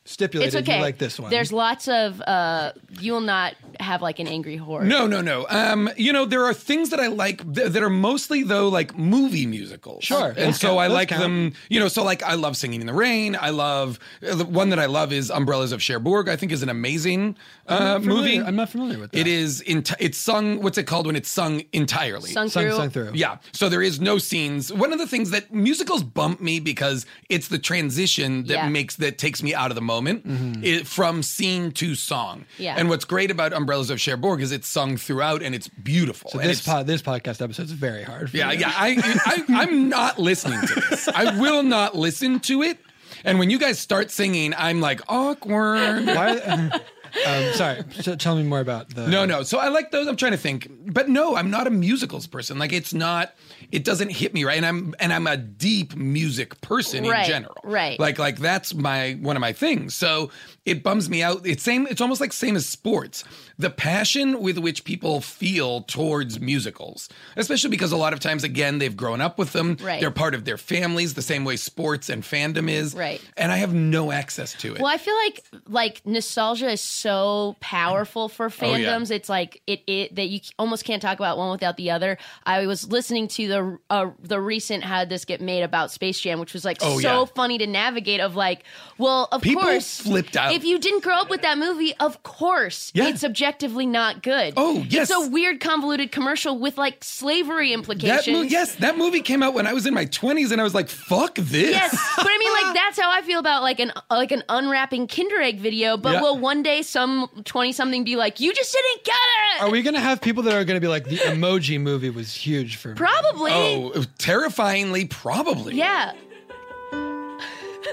Stipulated It's okay. you like this one. There's lots of. Uh, you will not have like an angry horror. No, no, no. Um, you know, there are things that I like th- that are mostly though like movie musicals. Sure. And Those so count. I Those like count. them. You know, so like I love Singing in the Rain. I love uh, the one that I love is Umbrellas of Cherbourg. I think is an amazing I'm Mm-hmm. uh, not familiar- movie. I'm not familiar with that. It is enti- it's sung. What's it called when it's sung entirely? Sung Sung- through. sung through. Yeah. So there is no scenes. One of the things that musicals bump me because it's the transition that Yeah. makes that takes me out of the moment Mm-hmm. it, from scene to song. Yeah. And what's great about Umbrellas of Cherbourg is it's sung throughout and it's beautiful. So Oh, and this it's- pod, this podcast episode is very hard. For yeah, you. yeah. I, I I'm not listening to this. I will not listen to it. And when you guys start singing, I'm like awkward. Why? Um, sorry. So tell me more about the. No, no. So I like those. I'm trying to think, but no, I'm not a musicals person. Like it's not. It doesn't hit me right, and I'm and I'm a deep music person in Right, general. right. Like like that's my one of my things. So it bums me out. It's same. It's almost like same as sports. The passion with which people feel towards musicals, especially because a lot of times again they've grown up with them. Right. They're part of their families, the same way sports and fandom is. Right. And I have no access to it. Well, I feel like like nostalgia is so powerful for Oh, yeah. fandoms. It's like it it that you almost can't talk about one without the other. I was listening to the uh, the recent how did this get made about Space Jam, which was like Oh, so yeah. funny to navigate. Of like, well, of People course, flipped out. If you didn't grow up with that movie, of course, Yeah. it's objectively not good. Oh, yes. it's a weird convoluted commercial with like slavery implications. That mo- yes, that movie came out when I was in my 20s, and I was like, "Fuck this." Yes, but I mean, like that's how I feel about like an like an unwrapping Kinder Egg video. But Yeah. will one day some twenty something be like, you just didn't get it? Are we gonna have people that are gonna be like the emoji movie was huge for me? Probably. Oh, terrifyingly, probably. Yeah.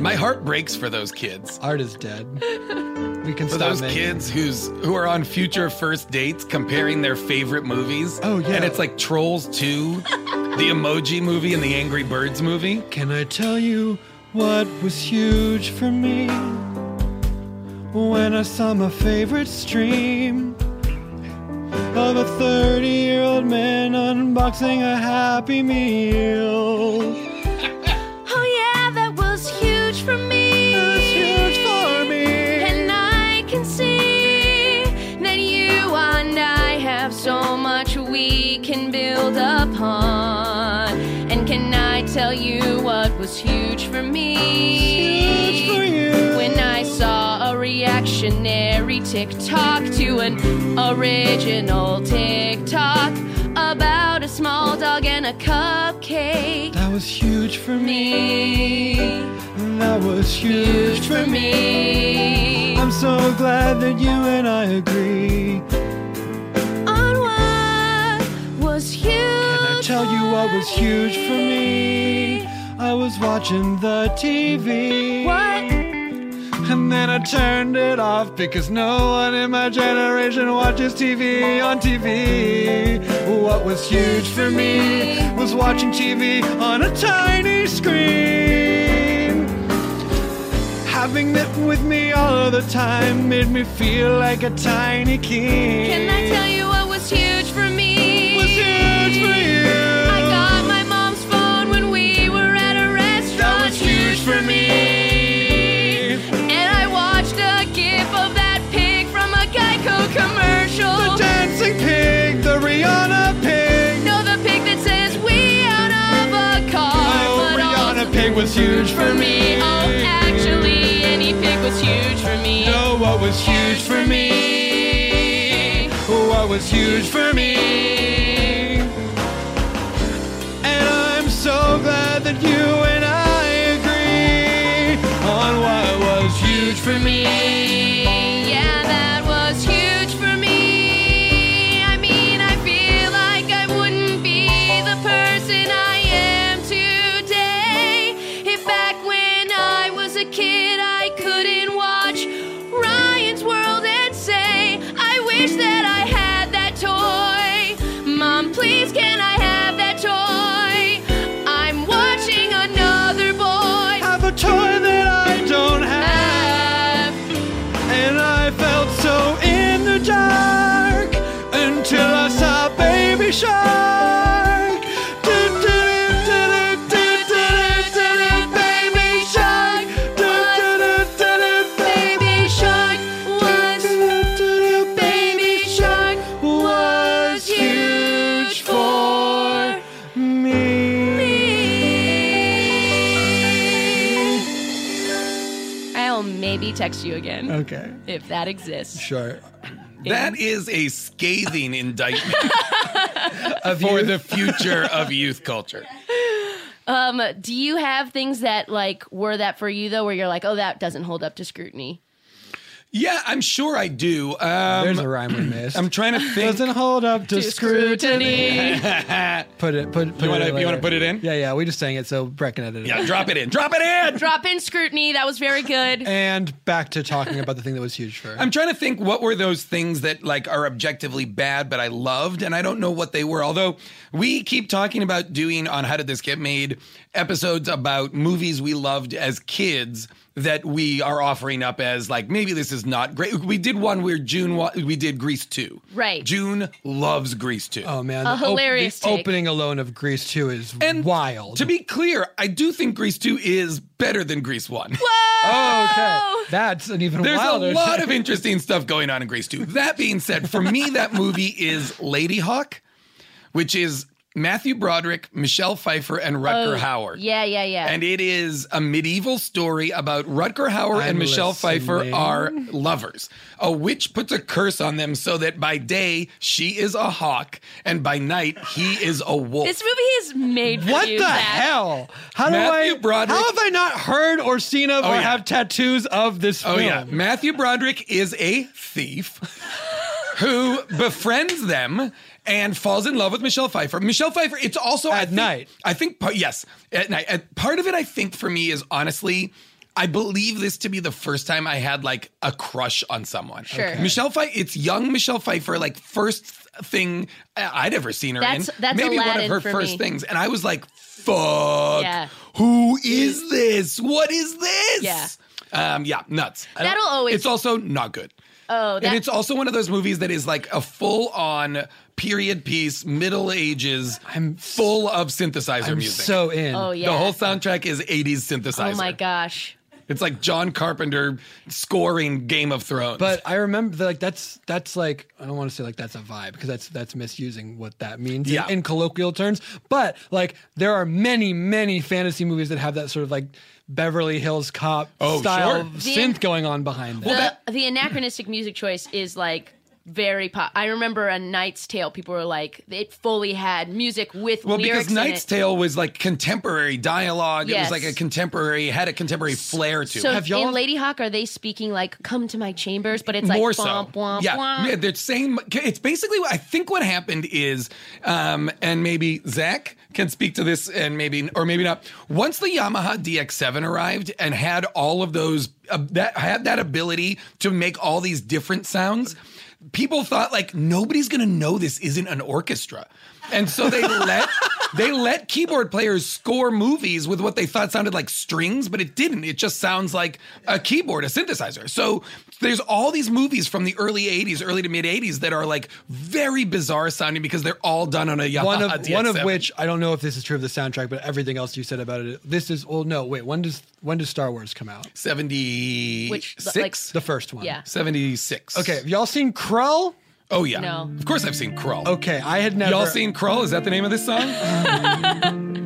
My heart breaks for those kids. Art is dead. We can For stop those making- kids who's who are on future first dates comparing their favorite movies. Oh, yeah. And it's like Trolls 2, the Emoji movie, and the Angry Birds movie. Can I tell you what was huge for me when I saw my favorite stream of a 30 year old man unboxing a Happy Meal? Oh yeah, that was huge for me. That was huge for me. And I can see that you and I have so much we can build upon. And can I tell you what was huge for me? Huge for you. When I saw a reactionary TikTok to an original TikTok about a small dog and a cupcake That was huge for me. That was huge for me. I'm so glad that you and I agree. on what was huge. I tell you what was huge for me. I was watching the TV. What? And then I turned it off because no one in my generation watches TV on TV. What was huge for me was watching TV on a tiny screen. Having it with me all of the time made me feel like a tiny king. Can I tell you what was huge for me? Was huge for you. I got my mom's phone when we were at a restaurant. That was huge for me. And I watched a gif of that pig from a Geico commercial. The dancing pig, the Rihanna pig. no, the pig that says we out of a car. Oh, but also Rihanna pig was huge for me. Oh, actually, any pig was huge for me. No, what was huge for me? What was huge for me? And I'm so glad that you and I agree on what was huge for me. Yeah, that was huge for me. I mean, I feel like I wouldn't be the person I am text you again. Okay. If that exists. Sure. That is a scathing indictment for the future of youth culture. Um, do you have things that like were that for you though, where you're like, oh, that doesn't hold up to scrutiny? Yeah, I'm sure I do. Um, There's a rhyme we missed. I'm trying to think. Doesn't hold up to, scrutiny. put it. Put. put You wanna- it you later. wanna put it in? Yeah, yeah. We just sang it, so Brett can edit it. Yeah, out. drop it in. Drop it in. Drop in scrutiny. That was very good. And back to talking about the thing that was huge for. her. I'm trying to think what were those things that like are objectively bad, but I loved, and I don't know what they were. Although we keep talking about doing on how did this get made episodes about movies we loved as kids that we are offering up as like maybe this is not great. We did one where June wa- we did Grease two. Right. June loves Grease two. Oh man, A the op- hilarious the take. opening alone of Grease Two is wild. To be clear, I do think Grease two is better than Grease one. oh, okay, that's an even There's wilder. a lot take. of interesting stuff going on in Grease 2. That being said, for me, that movie is Lady Hawk, which is Matthew Broderick, Michelle Pfeiffer, and Oh, Rutger Hauer. Yeah, yeah, yeah. And it is a medieval story about Rutger Hauer and I'm Michelle Pfeiffer listening. are lovers. A witch puts a curse on them so that by day she is a hawk and by night he is a wolf. this movie is made for What you, the Zach. hell? How Matthew do I? Broderick- How have I not heard or seen of Oh, or yeah. have tattoos of this Oh film? yeah, Matthew Broderick is a thief who befriends them and falls in love with Michelle Pfeiffer. Michelle Pfeiffer. It's also I At think- night. I think part, yes, at night. And part of it, I think, for me is honestly. I believe this to be the first time I had like a crush on someone. Sure. Okay. Michelle Pfeiffer, it's young Michelle Pfeiffer, like first thing I- I'd ever seen her That's- in. that's Maybe one Aladdin of her for first me. things. And I was like, fuck, Yeah. who is this? What is this? Yeah. Um, yeah, nuts. I That'll don't- always- It's also not good. Oh, and that, it's also one of those movies that is like a full-on period piece, Middle Ages. I'm full of synthesizer I'm music. so in. oh yeah. The whole soundtrack is 80s synthesizer. oh my gosh. It's like John Carpenter scoring Game of Thrones. But I remember that, like that's that's like I don't want to say like that's a vibe because that's that's misusing what that means in- Yeah. in, colloquial terms. But like there are many many fantasy movies that have that sort of like Beverly Hills Cop Oh, style sure. synth going on behind them. the, the anachronistic music choice is like very pop. I remember a Knight's Tale. People were like, it fully had music with well, lyrics. because Knight's in it. Tale was like contemporary dialogue. It Yes. was like a contemporary, had a contemporary flair to So it. Have y'all- in Lady Hawk, are they speaking like "Come to my chambers"? But it's like more womp, so. womp, yeah. womp. yeah, they're saying it's basically. I think what happened is, um, and maybe Zach can speak to this, and maybe or maybe not. Once the Yamaha DX7 arrived and had all of those uh, that had that ability to make all these different sounds. People thought like nobody's gonna know this isn't an orchestra, and so they let they let keyboard players score movies with what they thought sounded like strings, but it didn't. It just sounds like a keyboard, a synthesizer. So there's all these movies from the early 80s, early to mid 80s that are like very bizarre sounding because they're all done on a Yamaha one of one of DX7. which I don't know if this is true of the soundtrack, but everything else you said about it. This is well, no, wait. When does when does Star Wars come out? 76 Which, like- The first one. Yeah. 76. Okay. Have y'all seen Krull? Oh yeah. No. Of course I've seen Krull. Okay, I had never. Y'all seen Krull? Is that the name of this song?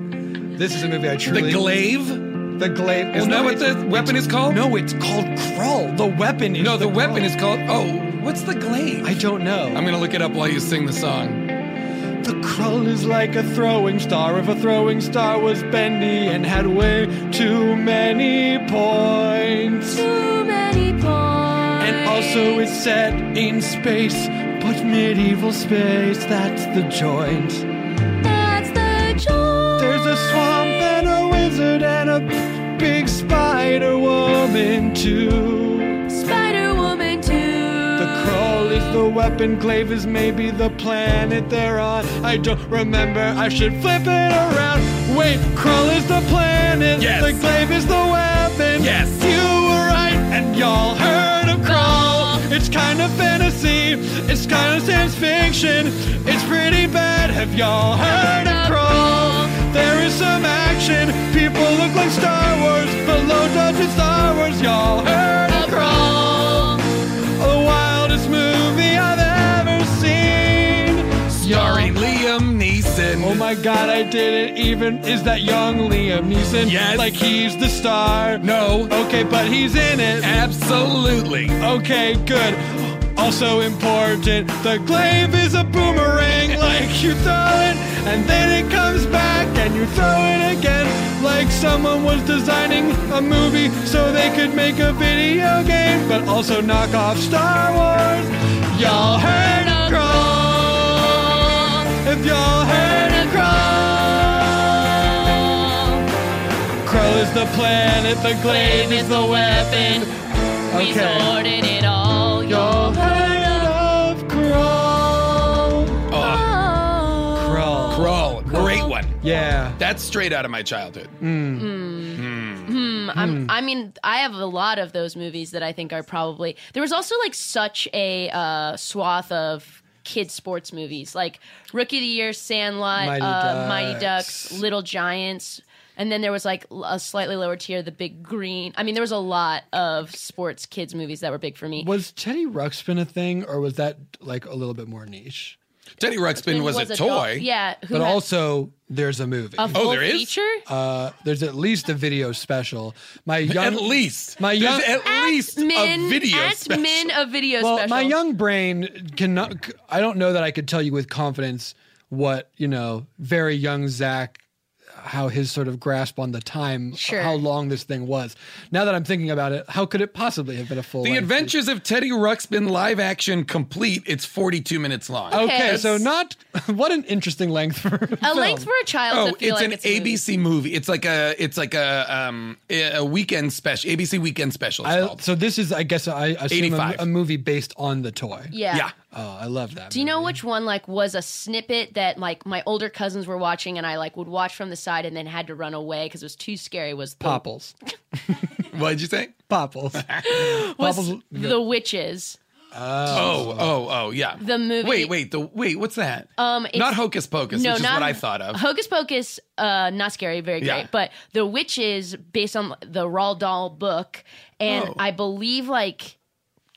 This is a movie I the truly. Glaive? The glaive. Isn't that what the weapon is called? No, it's called Krull. The weapon is. No, the weapon is Krull. called Oh, what's the Glaive? I don't know. I'm gonna look it up while you sing the song. The Krull is like a throwing star. If a throwing star was bendy and had way too many points. Too many points. And also it's set in space, but medieval space, that's the joint. that's the joy. There's a swamp and a wizard and a big spider woman too. Spider Woman Two. The crawl is the weapon, glaive is maybe the planet they're on. I don't remember, I should flip it around. Wait, crawl is the planet, Yes. the glaive is the weapon. Yes. You were right, and y'all heard of crawl. It's kind of fantasy, it's kind of science fiction. It's pretty bad, have y'all heard of crawl? There is some action, people look like Star Wars, but low dodge is Star Wars, y'all heard of crawl. The wildest movie I've ever seen. Starring Liam Neeson. Neeson. Oh my god, I didn't even. Is that young Liam Neeson? Yes. Like he's the star. No. Okay, but he's in it. Absolutely. Okay, good. Also important, the glaive is a boomerang. Like you throw it, and then it comes back, and you throw it again. Like someone was designing a movie so they could make a video game, but also knock off Star Wars. Y'all heard a groan. If y'all heard a groan, Crow is the planet, the glaive is the weapon. We sorted it all. Y'all heard of Crow. Oh. Crow. Crawl. Great one. Yeah. That's straight out of my childhood. Mm. Hmm, I'm, I mean, I have a lot of those movies that I think are probably. There was also like such a uh, swath of kid sports movies, like Rookie of the Year, Sandlot, Mighty uh, Mighty Ducks. Ducks, Little Giants, and then there was like l- a slightly lower tier, The Big Green. I mean, there was a lot of sports kids movies that were big for me. Was Teddy Ruxpin a thing, or was that like a little bit more niche? Teddy Ruxpin was, a, toy. Oh, dog- Yeah, who but had also, there's a movie. a full there is? feature? Uh, there's at least a video special. My young, At least. my There's young, at least Min, a video at special. Min, a video well, special. my young brain cannot. c- I don't know that I could tell you with confidence what you know. Very young Zach, how his sort of grasp on the time, Sure. how long this thing was. Now that I'm thinking about it, how could it possibly have been a full? The length? Adventures of Teddy Ruxpin live action complete. It's 42 minutes long. Okay, Okay. so not what an interesting length for a a film. length for a child. Oh, to feel it's like an it's a movie. ABC movie. It's like a it's like a um a weekend special. ABC weekend special. It's I, called. so this is, I guess, I assume a, 85. a movie based on the toy. Yeah. yeah. Oh, I love that. Do you know which one like was a snippet that like my older cousins were watching and I like would watch from the side and then had to run away because it was too scary? Was the, Popples? What'd you say? Popples. was Popples- the witches? Oh, oh, oh, yeah. The movie- Wait, wait, the wait. What's that? Um, it's- not Hocus Pocus, which is what I thought of. Hocus Pocus, uh, not scary, very great, Yeah. but the witches based on the Roald Dahl book, and Oh. I believe like,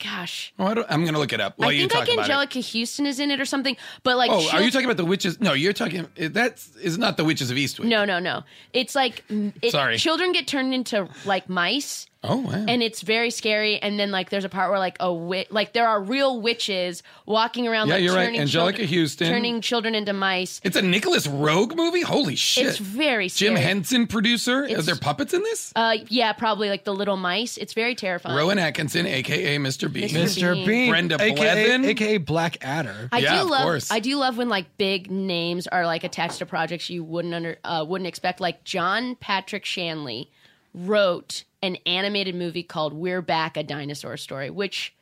gosh. Oh, I don't, I'm gonna look it up while I you think talk like about it. Angelica Houston is in it or something, but like Oh, she'll are you talking about the witches? No, you're talking. That's is not the witches of Eastwick. No, no, no. It's like m- it, Sorry. children get turned into like mice. Oh, wow. And it's very scary. And then like there's a part where like a wit like there are real witches walking around. Yeah, like, you're right. turning Angelica children, Houston. turning children into mice. It's a Nicholas Rogue movie. Holy shit! It's very scary. Jim Henson producer. It's- Is there puppets in this? Uh, yeah, probably like the little mice. It's very terrifying. Rowan Atkinson, aka Mr. B. Mr. Bean, Brenda AKA, Blevin? aka Black Adder. I Yeah, do of love. course. I do love when like big names are like attached to projects you wouldn't under uh, wouldn't expect. Like John Patrick Shanley wrote an animated movie called "We're Back: A Dinosaur Story," which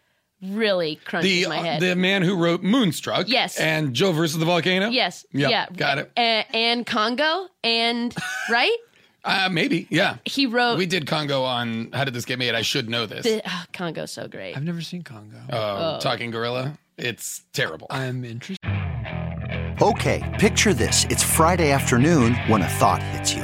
really crunches The uh, my head. the man who wrote Moonstruck. Yes. And Joe versus the volcano. yes, Yep, yeah, Got it. A- and Congo, and right, Uh, maybe. Yeah. he wrote We did Congo on How Did This Get Made? I should know this. the oh, Congo's so great. I've never seen Congo. Uh, Talking Gorilla. It's terrible. I'm interested. Okay, picture this. It's Friday afternoon when a thought hits you.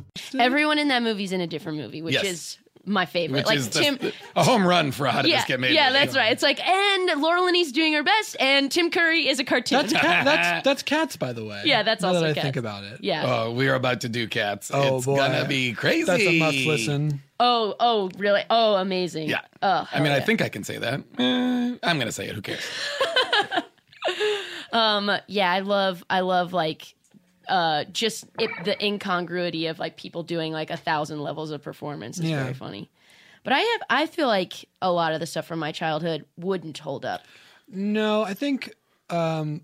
Mm-hmm. Everyone in that movie's in a different movie, which yes. is my favorite. Which like is Tim, the, a home run for how to yeah, get made. Yeah, that's right. It's like, and Laura Linney's doing her best, and Tim Curry is a cartoon. That's cat, that's, that's cats, by the way. Yeah, that's now also that I cats. think about it. Yeah. Oh, we are about to do cats. Oh, it's boy. gonna be crazy. That's a must listen. Oh, oh, really? Oh, amazing. Yeah. Oh, I mean, hell I yeah. think I can say that. Eh, I'm gonna say it. Who cares? Um, yeah, I love, I love like, uh, just it, the incongruity of like people doing like a thousand levels of performance is Yeah. very funny. But I have, I feel like a lot of the stuff from my childhood wouldn't hold up. No, I think um,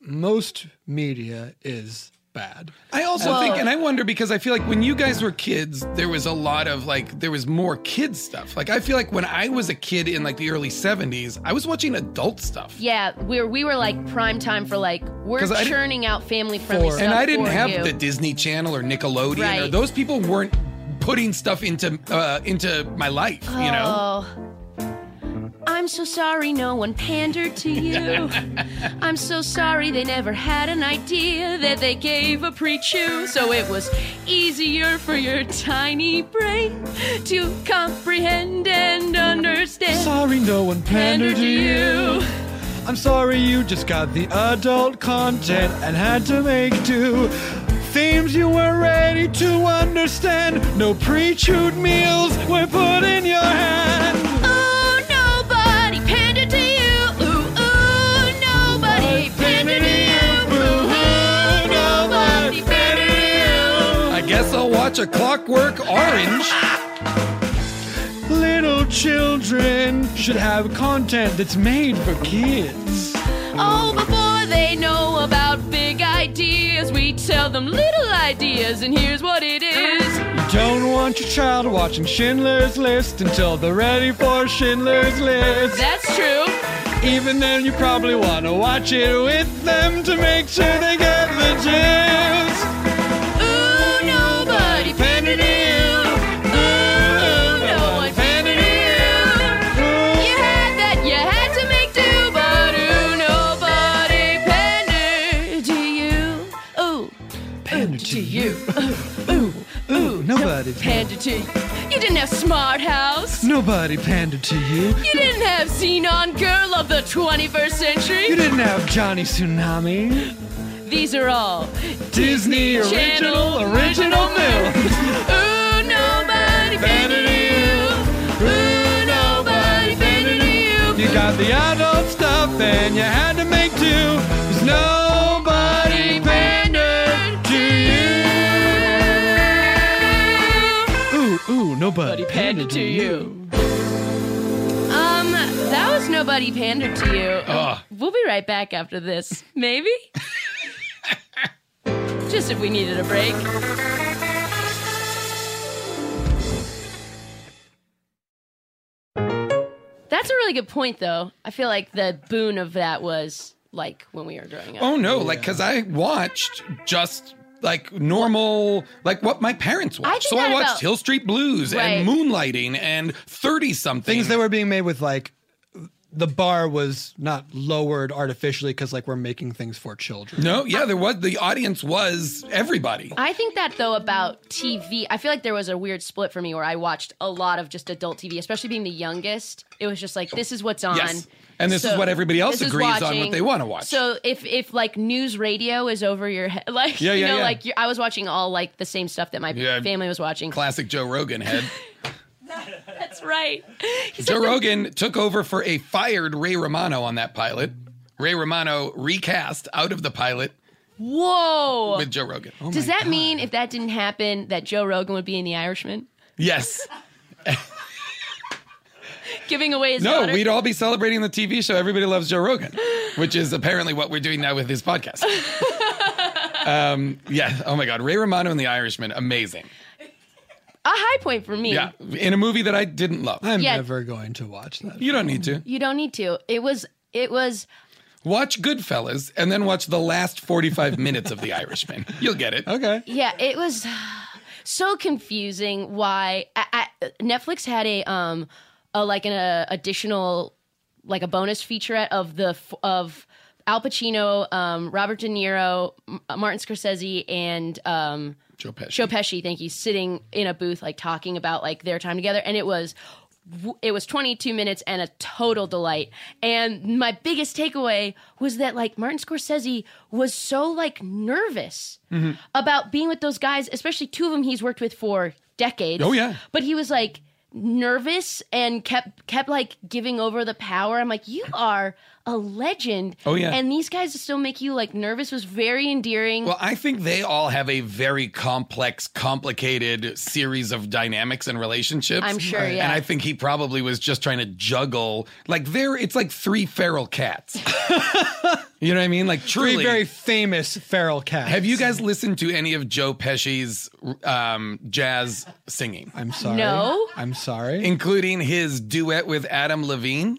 most media is bad. I also think, and I wonder because I feel like when you guys were kids, there was a lot of like, there was more kids stuff. Like, I feel like when I was a kid in like the early 70s, I was watching adult stuff. Yeah, we were, we were like prime time for like we're 'Cause I didn't- churning out family friendly stuff. and I didn't for have you. the Disney Channel or Nickelodeon, or Right. those people weren't putting stuff into uh, into my life, you know? Oh. I'm so sorry no one pandered to you. I'm so sorry they never had an idea that they gave a pre-chew. So it was easier for your tiny brain to comprehend and understand. Sorry, no one pandered to you. I'm sorry you just got the adult content and had to make do. Themes you were ready to understand. No pre-chewed meals were put in your hand. Ooh, nobody pandered to you. Ooh, ooh, nobody pandered to you. Ooh, ooh, nobody pandered to you. I guess I'll watch A Clockwork Orange. Little children should have content that's made for kids. Oh, before they know about big ideas, we tell them little ideas, and here's what it is. You don't want your child watching Schindler's List until they're ready for Schindler's List. That's true. Even then, you probably want to watch it with them to make sure they get the gist. Ooh, nobody pandered to you. Ooh, no one pandered to you. You had that, you had to make do, but ooh, nobody pandered to you. Ooh, Pander to you. Ooh, ooh, nobody pandered to you. You didn't have smart house. Nobody pandered to you. You didn't have Xenon Girl of the 21st century. You didn't have Johnny Tsunami. These are all Disney original, original films. Ooh, nobody better than you. Ooh, nobody better than you. You got the adult stuff and you had to make do. There's nobody pandered to you. Ooh, ooh, nobody pandered to you. Um, that was nobody pandered to you. Ugh. We'll be right back after this, maybe. Just if we needed a break. That's a really good point, though. I feel like the boon of that was like when we were growing up. Oh no, like because I watched just like normal, like what my parents I watched. did so I that watched about- Hill Street Blues and Right. Moonlighting and Thirty Something. Things that were being made with like the bar was not lowered artificially because like we're making things for children. No, yeah, there was the audience was everybody. I think that though about TV, I feel like there was a weird split for me where I watched a lot of just adult TV, especially being the youngest. It was just like this is what's on, Yes. And this is what everybody else this is agrees on what they wanna watch. So if if like news radio is over your head, like Yeah, you yeah, know, yeah. like you I was watching all like the same stuff that my family was watching. Classic Joe Rogan head. That's right. Joe Rogan took over for a fired Ray Romano on that pilot. Ray Romano recast out of the pilot Whoa. with Joe Rogan. Oh Does that mean if that didn't happen that Joe Rogan would be in The Irishman, Yes. giving away his no, daughter? we'd all be celebrating the TV show Everybody Loves Joe Rogan, which is apparently what we're doing now with his podcast. um, yeah. Oh my God. Ray Romano and the Irishman. Amazing. high point for me. Yeah, in a movie that I didn't love. I'm Yeah. never going to watch that. You don't need to. You don't need to. It was it was Watch Goodfellas and then watch the last 45 minutes of The Irishman. You'll get it. Okay. yeah, it was so confusing why I, I, Netflix had a um a, like an uh additional like a bonus featurette of the f- of Al Pacino, um, Robert De Niro, M- Martin Scorsese, and um, Joe Pesci. Joe Pesci, thank you, sitting in a booth like talking about like their time together, and it was w- it was 22 minutes and a total delight. And my biggest takeaway was that like Martin Scorsese was so like nervous about being with those guys, especially two of them he's worked with for decades. Oh, yeah. But he was like nervous and kept kept like giving over the power. I'm like, you are a legend. Oh, yeah. And these guys still make you like nervous was very endearing. Well, I think they all have a very complex, complicated series of dynamics and relationships. I'm sure, Right. yeah. And I think he probably was just trying to juggle. Like, there, it's like three feral cats. you know what I mean? Like, truly. Three very famous feral cats. have you guys listened to any of Joe Pesci's um, jazz singing? I'm sorry. No. I'm sorry. Including his duet with Adam Levine?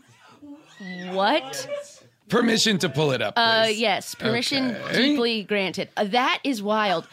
what? Permission to pull it up. Uh, yes, permission Okay. deeply granted. Uh, that is wild.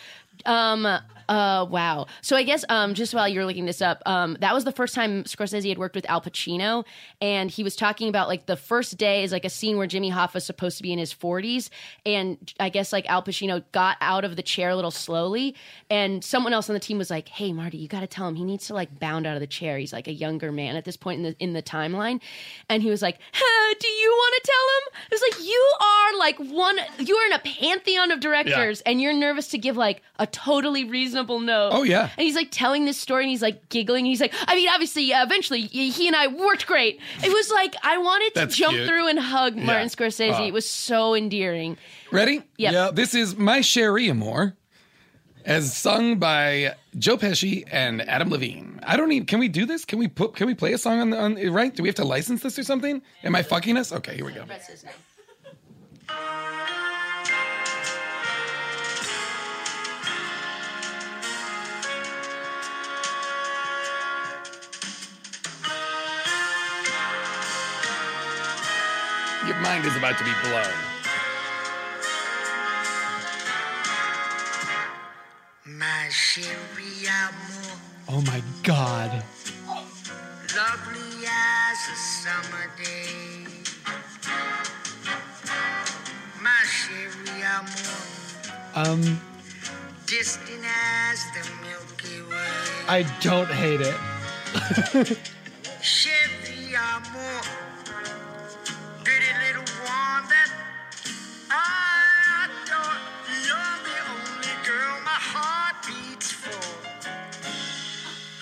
Um, uh, wow. So I guess um, just while you're looking this up, um, that was the first time Scorsese had worked with Al Pacino, and he was talking about like the first day is like a scene where Jimmy Hoffa's supposed to be in his 40s, and I guess like Al Pacino got out of the chair a little slowly, and someone else on the team was like, "Hey, Marty, you got to tell him he needs to like bound out of the chair. He's like a younger man at this point in the in the timeline," and he was like, "Huh, "Do you want to tell him?" It's like you are like one. You are in a pantheon of directors, and you're nervous to give like a totally reasonable note. Oh, yeah. And he's like telling this story, and he's like giggling. He's like, "I mean, obviously, uh, eventually, y- he and I worked great." It was like I wanted to That's jump cute. through and hug Yeah. Martin Scorsese. Wow. It was so endearing. Ready? Yep. Yep. This is My Sherry Amore, as sung by Joe Pesci and Adam Levine. I don't need. Can we do this? Can we put? Can we play a song on the on? Right? Do we have to license this or something? Am I fucking us? Okay, here we go. Your mind is about to be blown. My sherry amor, Oh my god. lovely as a summer day. My sherry amor, Um, distant as the Milky Way. I don't hate it. Sherry amor, pretty little one that I adore. You're the only girl my heart beats for.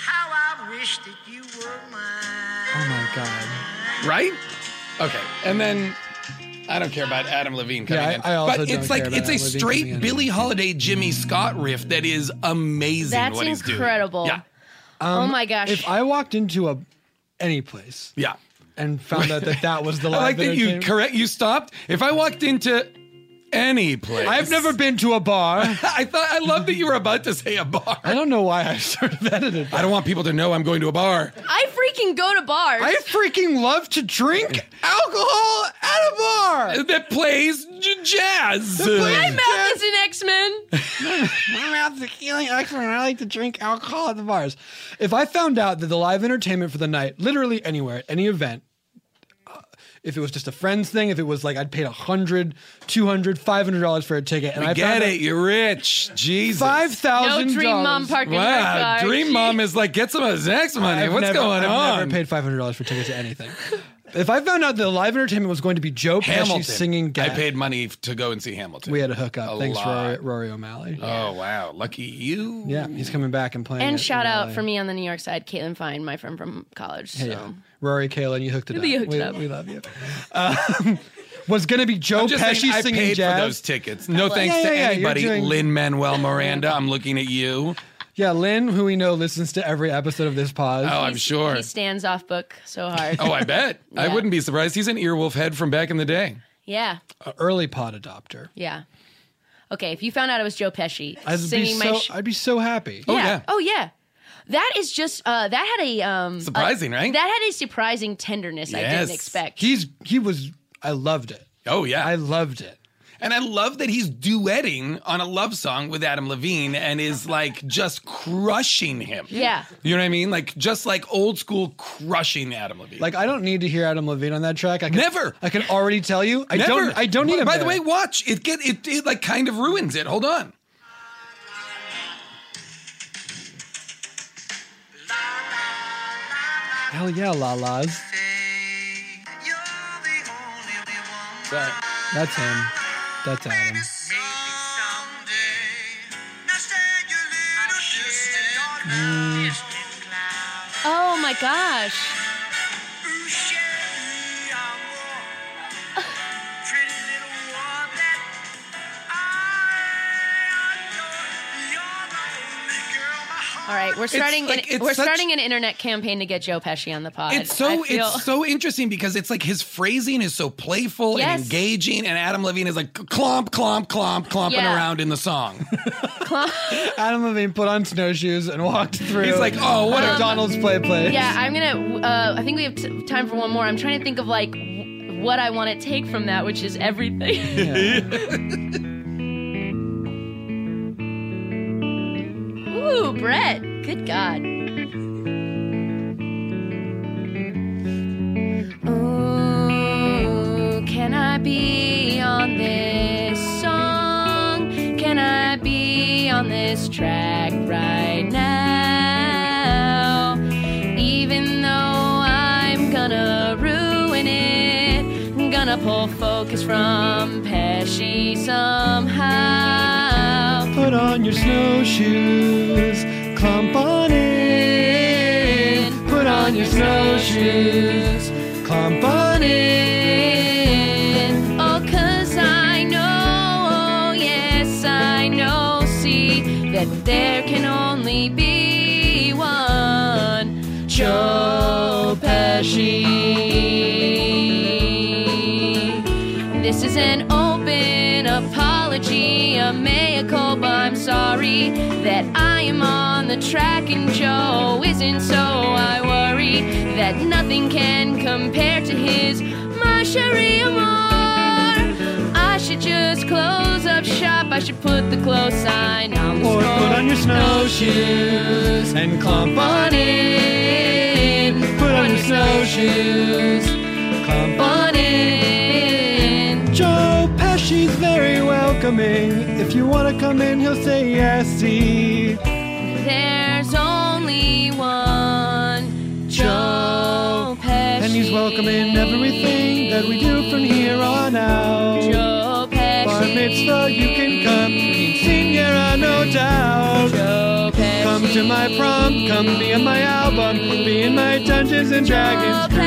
How I wish that you were mine. oh my god. Right? Okay. And then I don't care about Adam Levine coming Yeah, I- in. I also but don't it's care like about it's a Adam Levine coming in. straight Billy Holiday Jimmy Scott riff that is amazing That's what he's doing. incredible. Yeah. Oh my gosh. Um, If I walked into a any place, yeah, and found out that that was the live I like that you entertainment- correct you stopped. If I walked into any place, I've never been to a bar. I thought I love that you were about to say a bar. I don't know why I started that at it. I don't want people to know I'm going to a bar. I freaking go to bars. I freaking love to drink alcohol at a bar. That plays j- jazz. My mouth is an X Men. My mouth's a healing excellent. I like to drink alcohol at the bars. If I found out that the live entertainment for the night, literally anywhere, at any event, uh, if it was just a friend's thing, if it was like I'd paid 100 200 500 dollars for a ticket, and We I get found it. You're rich. Jesus. Five thousand. No dream mom parking wow, my car. Dream Mom is like, get some of Zach's money. I've What's never- going I've on? never paid five hundred dollars for tickets to anything. if I found out the live entertainment was going to be Joe Pesci Hamilton Oh, singing, I Gap, paid money to go and see Hamilton. We had a hookup. A Thanks, lot. Rory, Rory O'Malley. Oh wow, lucky you. Yeah, he's coming back and playing. And it shout in out LA. for me on the New York side, Caitlin Fine, my friend from college. So. Hey, yeah. Rory, Kaylin, you hooked it up. You hooked we, it up. we love you. Um, was going to be Joe I'm just Pesci saying, I singing paid jazz. for those tickets. No Yeah, thanks yeah, to yeah, you're anybody. doing- Lin Manuel Miranda, I'm looking at you. Yeah, Lynn, who we know listens to every episode of this pod. Oh, I'm sure. He stands off book so hard. Oh, I bet. I Yeah. wouldn't be surprised. He's an earwolf head from back in the day. Yeah, An early pod adopter. yeah. Okay, if you found out it was Joe Pesci I'd be, singing my. so, Sh- Oh, I'd be so happy. yeah. Oh yeah. That is just uh, that had a um, Surprising, a- right? That had a surprising tenderness I didn't expect. He's he was I loved it. Oh yeah. I loved it. And I love that he's duetting on a love song with Adam Levine and is like just crushing him. Yeah. You know what I mean? Like just like old school crushing Adam Levine. Like I don't need to hear Adam Levine on that track. I can, Never. I can already tell you. I Never. don't. I don't need him. By the there. way, watch it get it, it like kind of ruins it. Hold on. hell yeah, la la's. Sorry. That's him. That's Adam. Oh my gosh. All right, we're It's starting. like- an, it's we're such- starting an internet campaign to get Joe Pesci on the pod. It's so I feel- it's so interesting because it's like his phrasing is so playful Yes. and engaging, and Adam Levine is like clomp, clomp, clomp, clomping Yeah. around in the song. Adam Levine put on snowshoes and walked through. Um, He's like, "Oh, what a- McDonald's play place." Yeah, I'm gonna. Uh, I think we have t- time for one more. I'm trying to think of like w- what I want to take from that, which is everything. Ooh, Brett. Good God. Ooh, can I be on this song? Can I be on this track right now? Even though I'm gonna ruin it, gonna pull focus from Pesci somehow. Put on your snowshoes, clump on in. Put on your snowshoes, clump on in. Oh, 'cause I know, oh, yes, I know, see, that there can only be one Joe Pesci. This is an open apology, a mea culpa. I'm sorry that I am on the track and Joe isn't, so I worry that nothing can compare to his my Sharia Moore. I should just close up shop. I should put the close sign on the Or put on your snowshoes and clump on in. Put on your snowshoes, clump on in. Joe Pesci's very welcoming. If you want to come in, he'll say yes. See. There's only one Joe Pesci. And he's welcoming everything that we do from here on out. Joe Pesci. Bar mitzvah, you can come. Quinceanera, no doubt. Joe Pesci. Come to my prom, come be on my album, be in my Dungeons and Dragons group.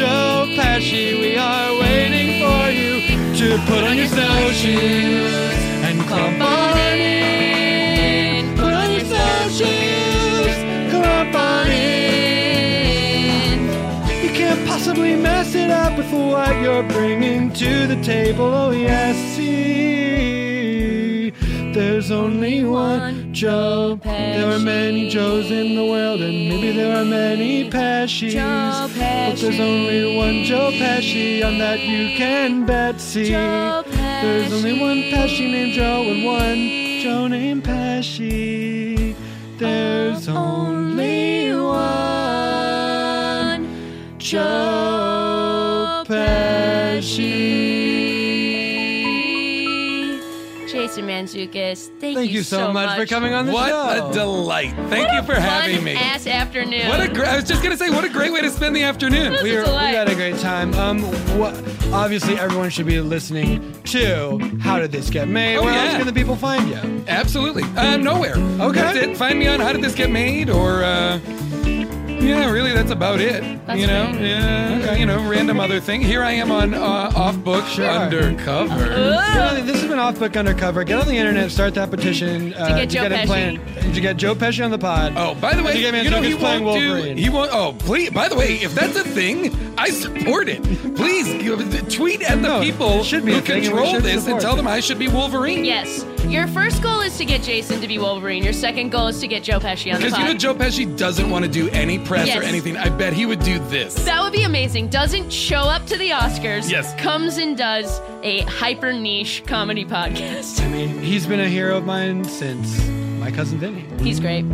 Joe Pesci, we are waiting for you to put on your snowshoes and clump on in. Put on your snowshoes, clump on in. You can't possibly mess it up with what you're bringing to the table. Oh, yes, see. There's only one Joe. There are many Joes in the world, and maybe there are many Pesci's. But there's only one Joe Pesci, on that you can bet, see. There's only one Pesci named Joe, and one Joe named Pesci. There's only one. Joe Pesci. Jason Manzukis, thank, Thank you so much for coming on the what show. a delight! Thank What you a for having fun me. Ass afternoon. What a great! I was just gonna say, what a great way to spend the afternoon. We, were, we had a great time. Um, wha- obviously everyone should be listening to How Did This Get Made? Oh, Where yeah. else can the people find you? Absolutely. Uh, nowhere. Okay. That's it. Find me on How Did This Get Made or, uh, yeah, really, that's about it. you know? Yeah. You know, random other thing. Here I am on uh, Off Book Undercover. Really, this has been Off Book Undercover. Get on the internet, start that petition uh, get Joe him Pesci. playing, to get Joe Pesci on the pod. Oh, By the way, get you know he playing won't Wolverine. do. He won't. Oh, please. By the way, if that's a thing, I support it. Please you know, tweet at the people should be a who thing, and we control should this and support tell it. them I should be Wolverine. Yes. Your first goal is to get Jason to be Wolverine. Your second goal is to get Joe Pesci on the Because pod. you know Joe Pesci doesn't want to do any press or Yes. anything. I bet he would do this. That would be amazing. Doesn't show up to the Oscars. Yes. Comes and does a hyper niche comedy podcast. I mean, he's been a hero of mine since my cousin Vinny. He's great.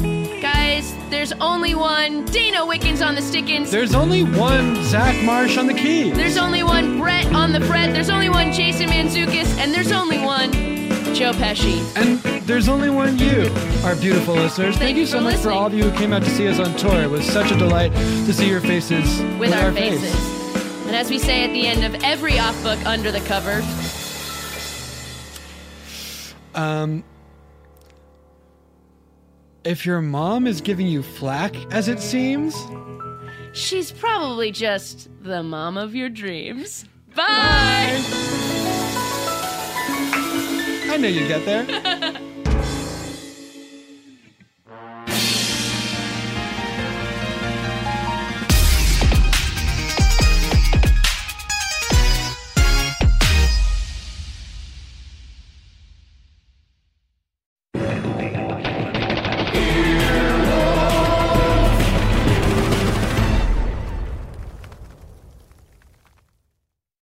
Guys, there's only one Dana Wickens on the Stickins. There's only one Zach Marsh on the key. There's only one Brett on the Fred. There's only one Jason Manzukis. And there's only one Joe Pesci. And there's only one you, our beautiful listeners. Thank, you so much for all of you who came out to see us on tour. It was such a delight to see your faces with, With our face. faces. And as we say at the end of every off book under the cover, Um, if your mom is giving you flack, as it seems, she's probably just the mom of your dreams. Bye. I know you get there.